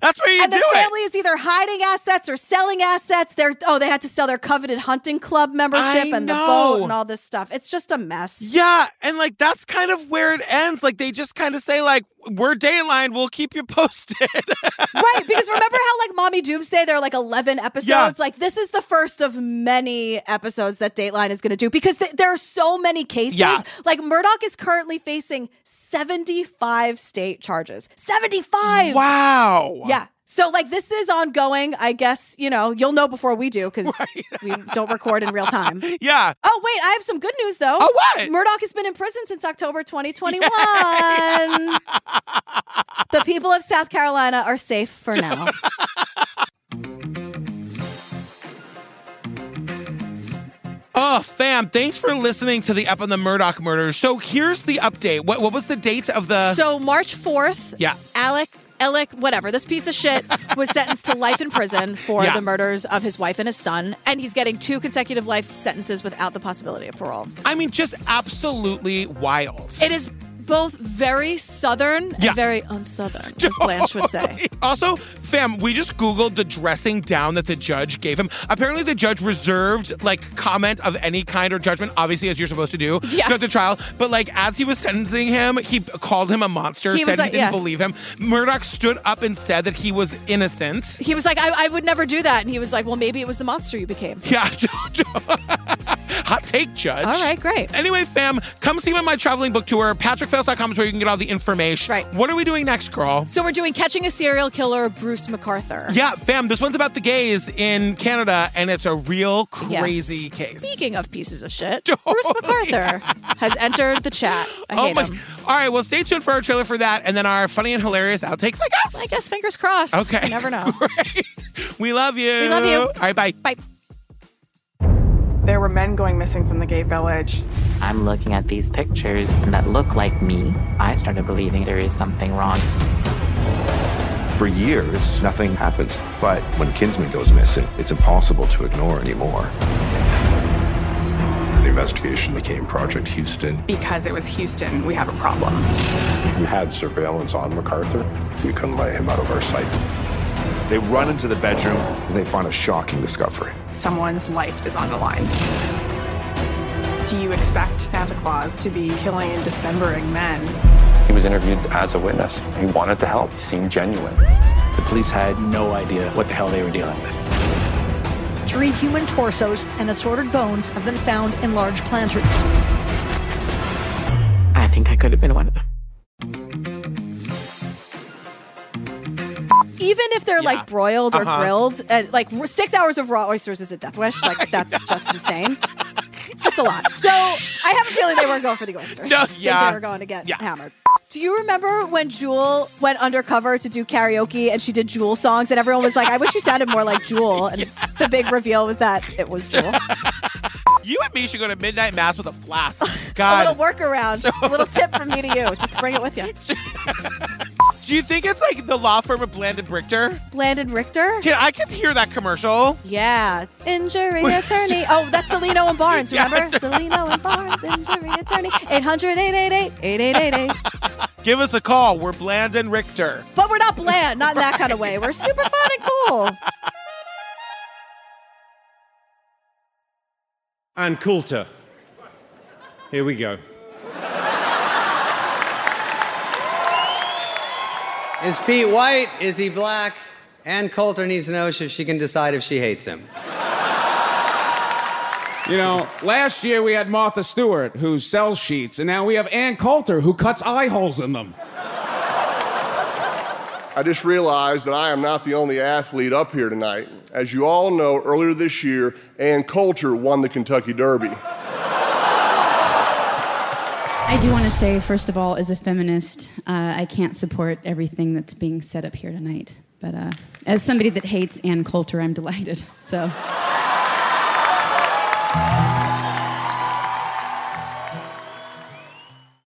[SPEAKER 1] That's where you
[SPEAKER 2] and
[SPEAKER 1] do
[SPEAKER 2] the
[SPEAKER 1] it.
[SPEAKER 2] family is either hiding assets or selling assets. They're oh, they had to sell their coveted hunting club membership
[SPEAKER 1] I
[SPEAKER 2] and the
[SPEAKER 1] know.
[SPEAKER 2] boat and all this stuff. It's just a mess.
[SPEAKER 1] Yeah, and like that's kind of where it ends. Like they just kind of say like we're Dayline, we'll keep you *laughs* posted.
[SPEAKER 2] right because remember how like mommy doomsday there are like 11 episodes
[SPEAKER 1] Yeah.
[SPEAKER 2] like this is the first of many episodes that dateline is going to do because th- there are so many cases
[SPEAKER 1] Yeah.
[SPEAKER 2] like murdoch is currently facing 75 state charges 75
[SPEAKER 1] Wow.
[SPEAKER 2] yeah so like this is ongoing i guess you know you'll know before we do
[SPEAKER 1] *laughs*
[SPEAKER 2] because we don't record in real time
[SPEAKER 1] yeah.
[SPEAKER 2] Oh wait, I have some good news though.
[SPEAKER 1] Oh, what?
[SPEAKER 2] Murdoch has been in prison since
[SPEAKER 1] *laughs*
[SPEAKER 2] October 2021. the people of South Carolina are safe for
[SPEAKER 1] *laughs*
[SPEAKER 2] now.
[SPEAKER 1] Oh, fam, thanks for listening to the Up on the Murdoch murders. So here's the update. What what was the date of the
[SPEAKER 2] so March 4th,
[SPEAKER 1] Uh, Yeah.
[SPEAKER 2] Alec Alec, whatever, this piece of shit was sentenced to life in prison for
[SPEAKER 1] Yeah.
[SPEAKER 2] the murders of his wife and his son, and he's getting two consecutive life sentences without the possibility of parole.
[SPEAKER 1] I mean just absolutely wild.
[SPEAKER 2] It is both very southern
[SPEAKER 1] Yeah.
[SPEAKER 2] and very unsouthern, as Blanche would say.
[SPEAKER 1] *laughs* Also, fam, we just Googled the dressing down that the judge gave him. Apparently, the judge reserved like comment of any kind or judgment, obviously, as you're supposed to do
[SPEAKER 2] *laughs* Yeah.
[SPEAKER 1] throughout the trial. But like, as he was sentencing him, he called him a monster,
[SPEAKER 2] He
[SPEAKER 1] said
[SPEAKER 2] was
[SPEAKER 1] he
[SPEAKER 2] like-
[SPEAKER 1] didn't
[SPEAKER 2] yeah.
[SPEAKER 1] believe him. Murdoch stood up and said that he was innocent. *laughs*
[SPEAKER 2] He was like, I, I would never do that. And he was like, well, maybe it was the monster you became.
[SPEAKER 1] Yeah. Hot take, Judge.
[SPEAKER 2] All right, great.
[SPEAKER 1] Anyway, fam, come see me at my traveling book tour. PatrickFails.com is where you can get all the information. Right. What are we doing next, girl?
[SPEAKER 2] So we're doing Catching a Serial Killer, Bruce MacArthur.
[SPEAKER 1] Yeah, fam, this one's about the gays in Canada, and it's a real
[SPEAKER 2] Yeah.
[SPEAKER 1] crazy case.
[SPEAKER 2] Speaking of pieces of
[SPEAKER 1] *laughs*
[SPEAKER 2] shit,
[SPEAKER 1] Oh,
[SPEAKER 2] Bruce MacArthur has entered the chat. I hate him.
[SPEAKER 1] All right, well, stay tuned for our trailer for that and then our funny and hilarious outtakes, I guess.
[SPEAKER 2] I guess fingers crossed.
[SPEAKER 1] Okay.
[SPEAKER 2] You never
[SPEAKER 1] *laughs*
[SPEAKER 2] know.
[SPEAKER 1] We love you.
[SPEAKER 27] We love you.
[SPEAKER 1] All right, bye.
[SPEAKER 2] Bye.
[SPEAKER 27] There were men going missing from the gay village.
[SPEAKER 28] I'm looking at these pictures that look like me. I started believing there is something wrong.
[SPEAKER 25] For years, nothing happens. But when Kinsman goes missing, it's impossible to ignore anymore.
[SPEAKER 26] The investigation became Project Houston.
[SPEAKER 27] Because it was Houston, we have a problem.
[SPEAKER 26] We had surveillance on MacArthur. We couldn't let him out of our sight.
[SPEAKER 25] They run into the bedroom and they find a shocking discovery.
[SPEAKER 27] Someone's life is on the line. Do you expect Santa Claus to be killing and dismembering men?
[SPEAKER 29] He was interviewed as a witness. He wanted to help. He seemed genuine. The police had no idea what the hell they were dealing with.
[SPEAKER 30] Three human torsos and assorted bones have been found in large planters.
[SPEAKER 28] I think I could have been one of them.
[SPEAKER 2] Even if they're like broiled or
[SPEAKER 28] Uh-huh.
[SPEAKER 2] grilled, uh, like r- six hours of raw oysters is a death wish.
[SPEAKER 28] *laughs*
[SPEAKER 2] Like, that's just insane. It's just a lot. So I have a feeling they weren't going for the oysters.
[SPEAKER 1] No,
[SPEAKER 2] I think
[SPEAKER 1] yeah.
[SPEAKER 2] they were going to get
[SPEAKER 1] Yeah.
[SPEAKER 2] hammered. Do you remember when Jewel went undercover to do karaoke and she did Jewel songs and everyone was like, I wish you sounded more
[SPEAKER 1] *laughs*
[SPEAKER 2] like Jewel? And the big reveal was that it was Jewel.
[SPEAKER 1] You and me should go to midnight mass with a flask.
[SPEAKER 2] *laughs* A
[SPEAKER 1] God,
[SPEAKER 2] little workaround, a little tip from me to you. Just bring it with
[SPEAKER 1] *laughs*
[SPEAKER 2] you.
[SPEAKER 1] do you think it's like the law firm of Blandon Brichter?
[SPEAKER 2] Landon Richter?
[SPEAKER 1] Can I can hear that commercial?
[SPEAKER 2] Yeah. Injury attorney. Oh, that's Celino and
[SPEAKER 1] *laughs*
[SPEAKER 2] Barnes,
[SPEAKER 1] Yeah,
[SPEAKER 2] remember?
[SPEAKER 1] that's
[SPEAKER 2] Celino and Barnes, injury attorney. 800 888 8888.
[SPEAKER 1] Give us a call. We're Blandon Richter.
[SPEAKER 2] But we're not bland, not in that kind of way. We're super fun and cool.
[SPEAKER 31] And Coulter. Here we go.
[SPEAKER 32] Is Pete white? Is he black? Ann Coulter needs to know so she can decide if she hates him.
[SPEAKER 33] You know, last year we had Martha Stewart who sells sheets, and now we have Ann Coulter who cuts eye holes in them.
[SPEAKER 34] I just realized that I am not the only athlete up here tonight. As you all know, earlier this year, Ann Coulter won the Kentucky Derby.
[SPEAKER 35] I do want to say, first of all, as a feminist, uh, I can't support everything that's being said up here tonight. But uh, as somebody that hates Ann Coulter, I'm delighted. So.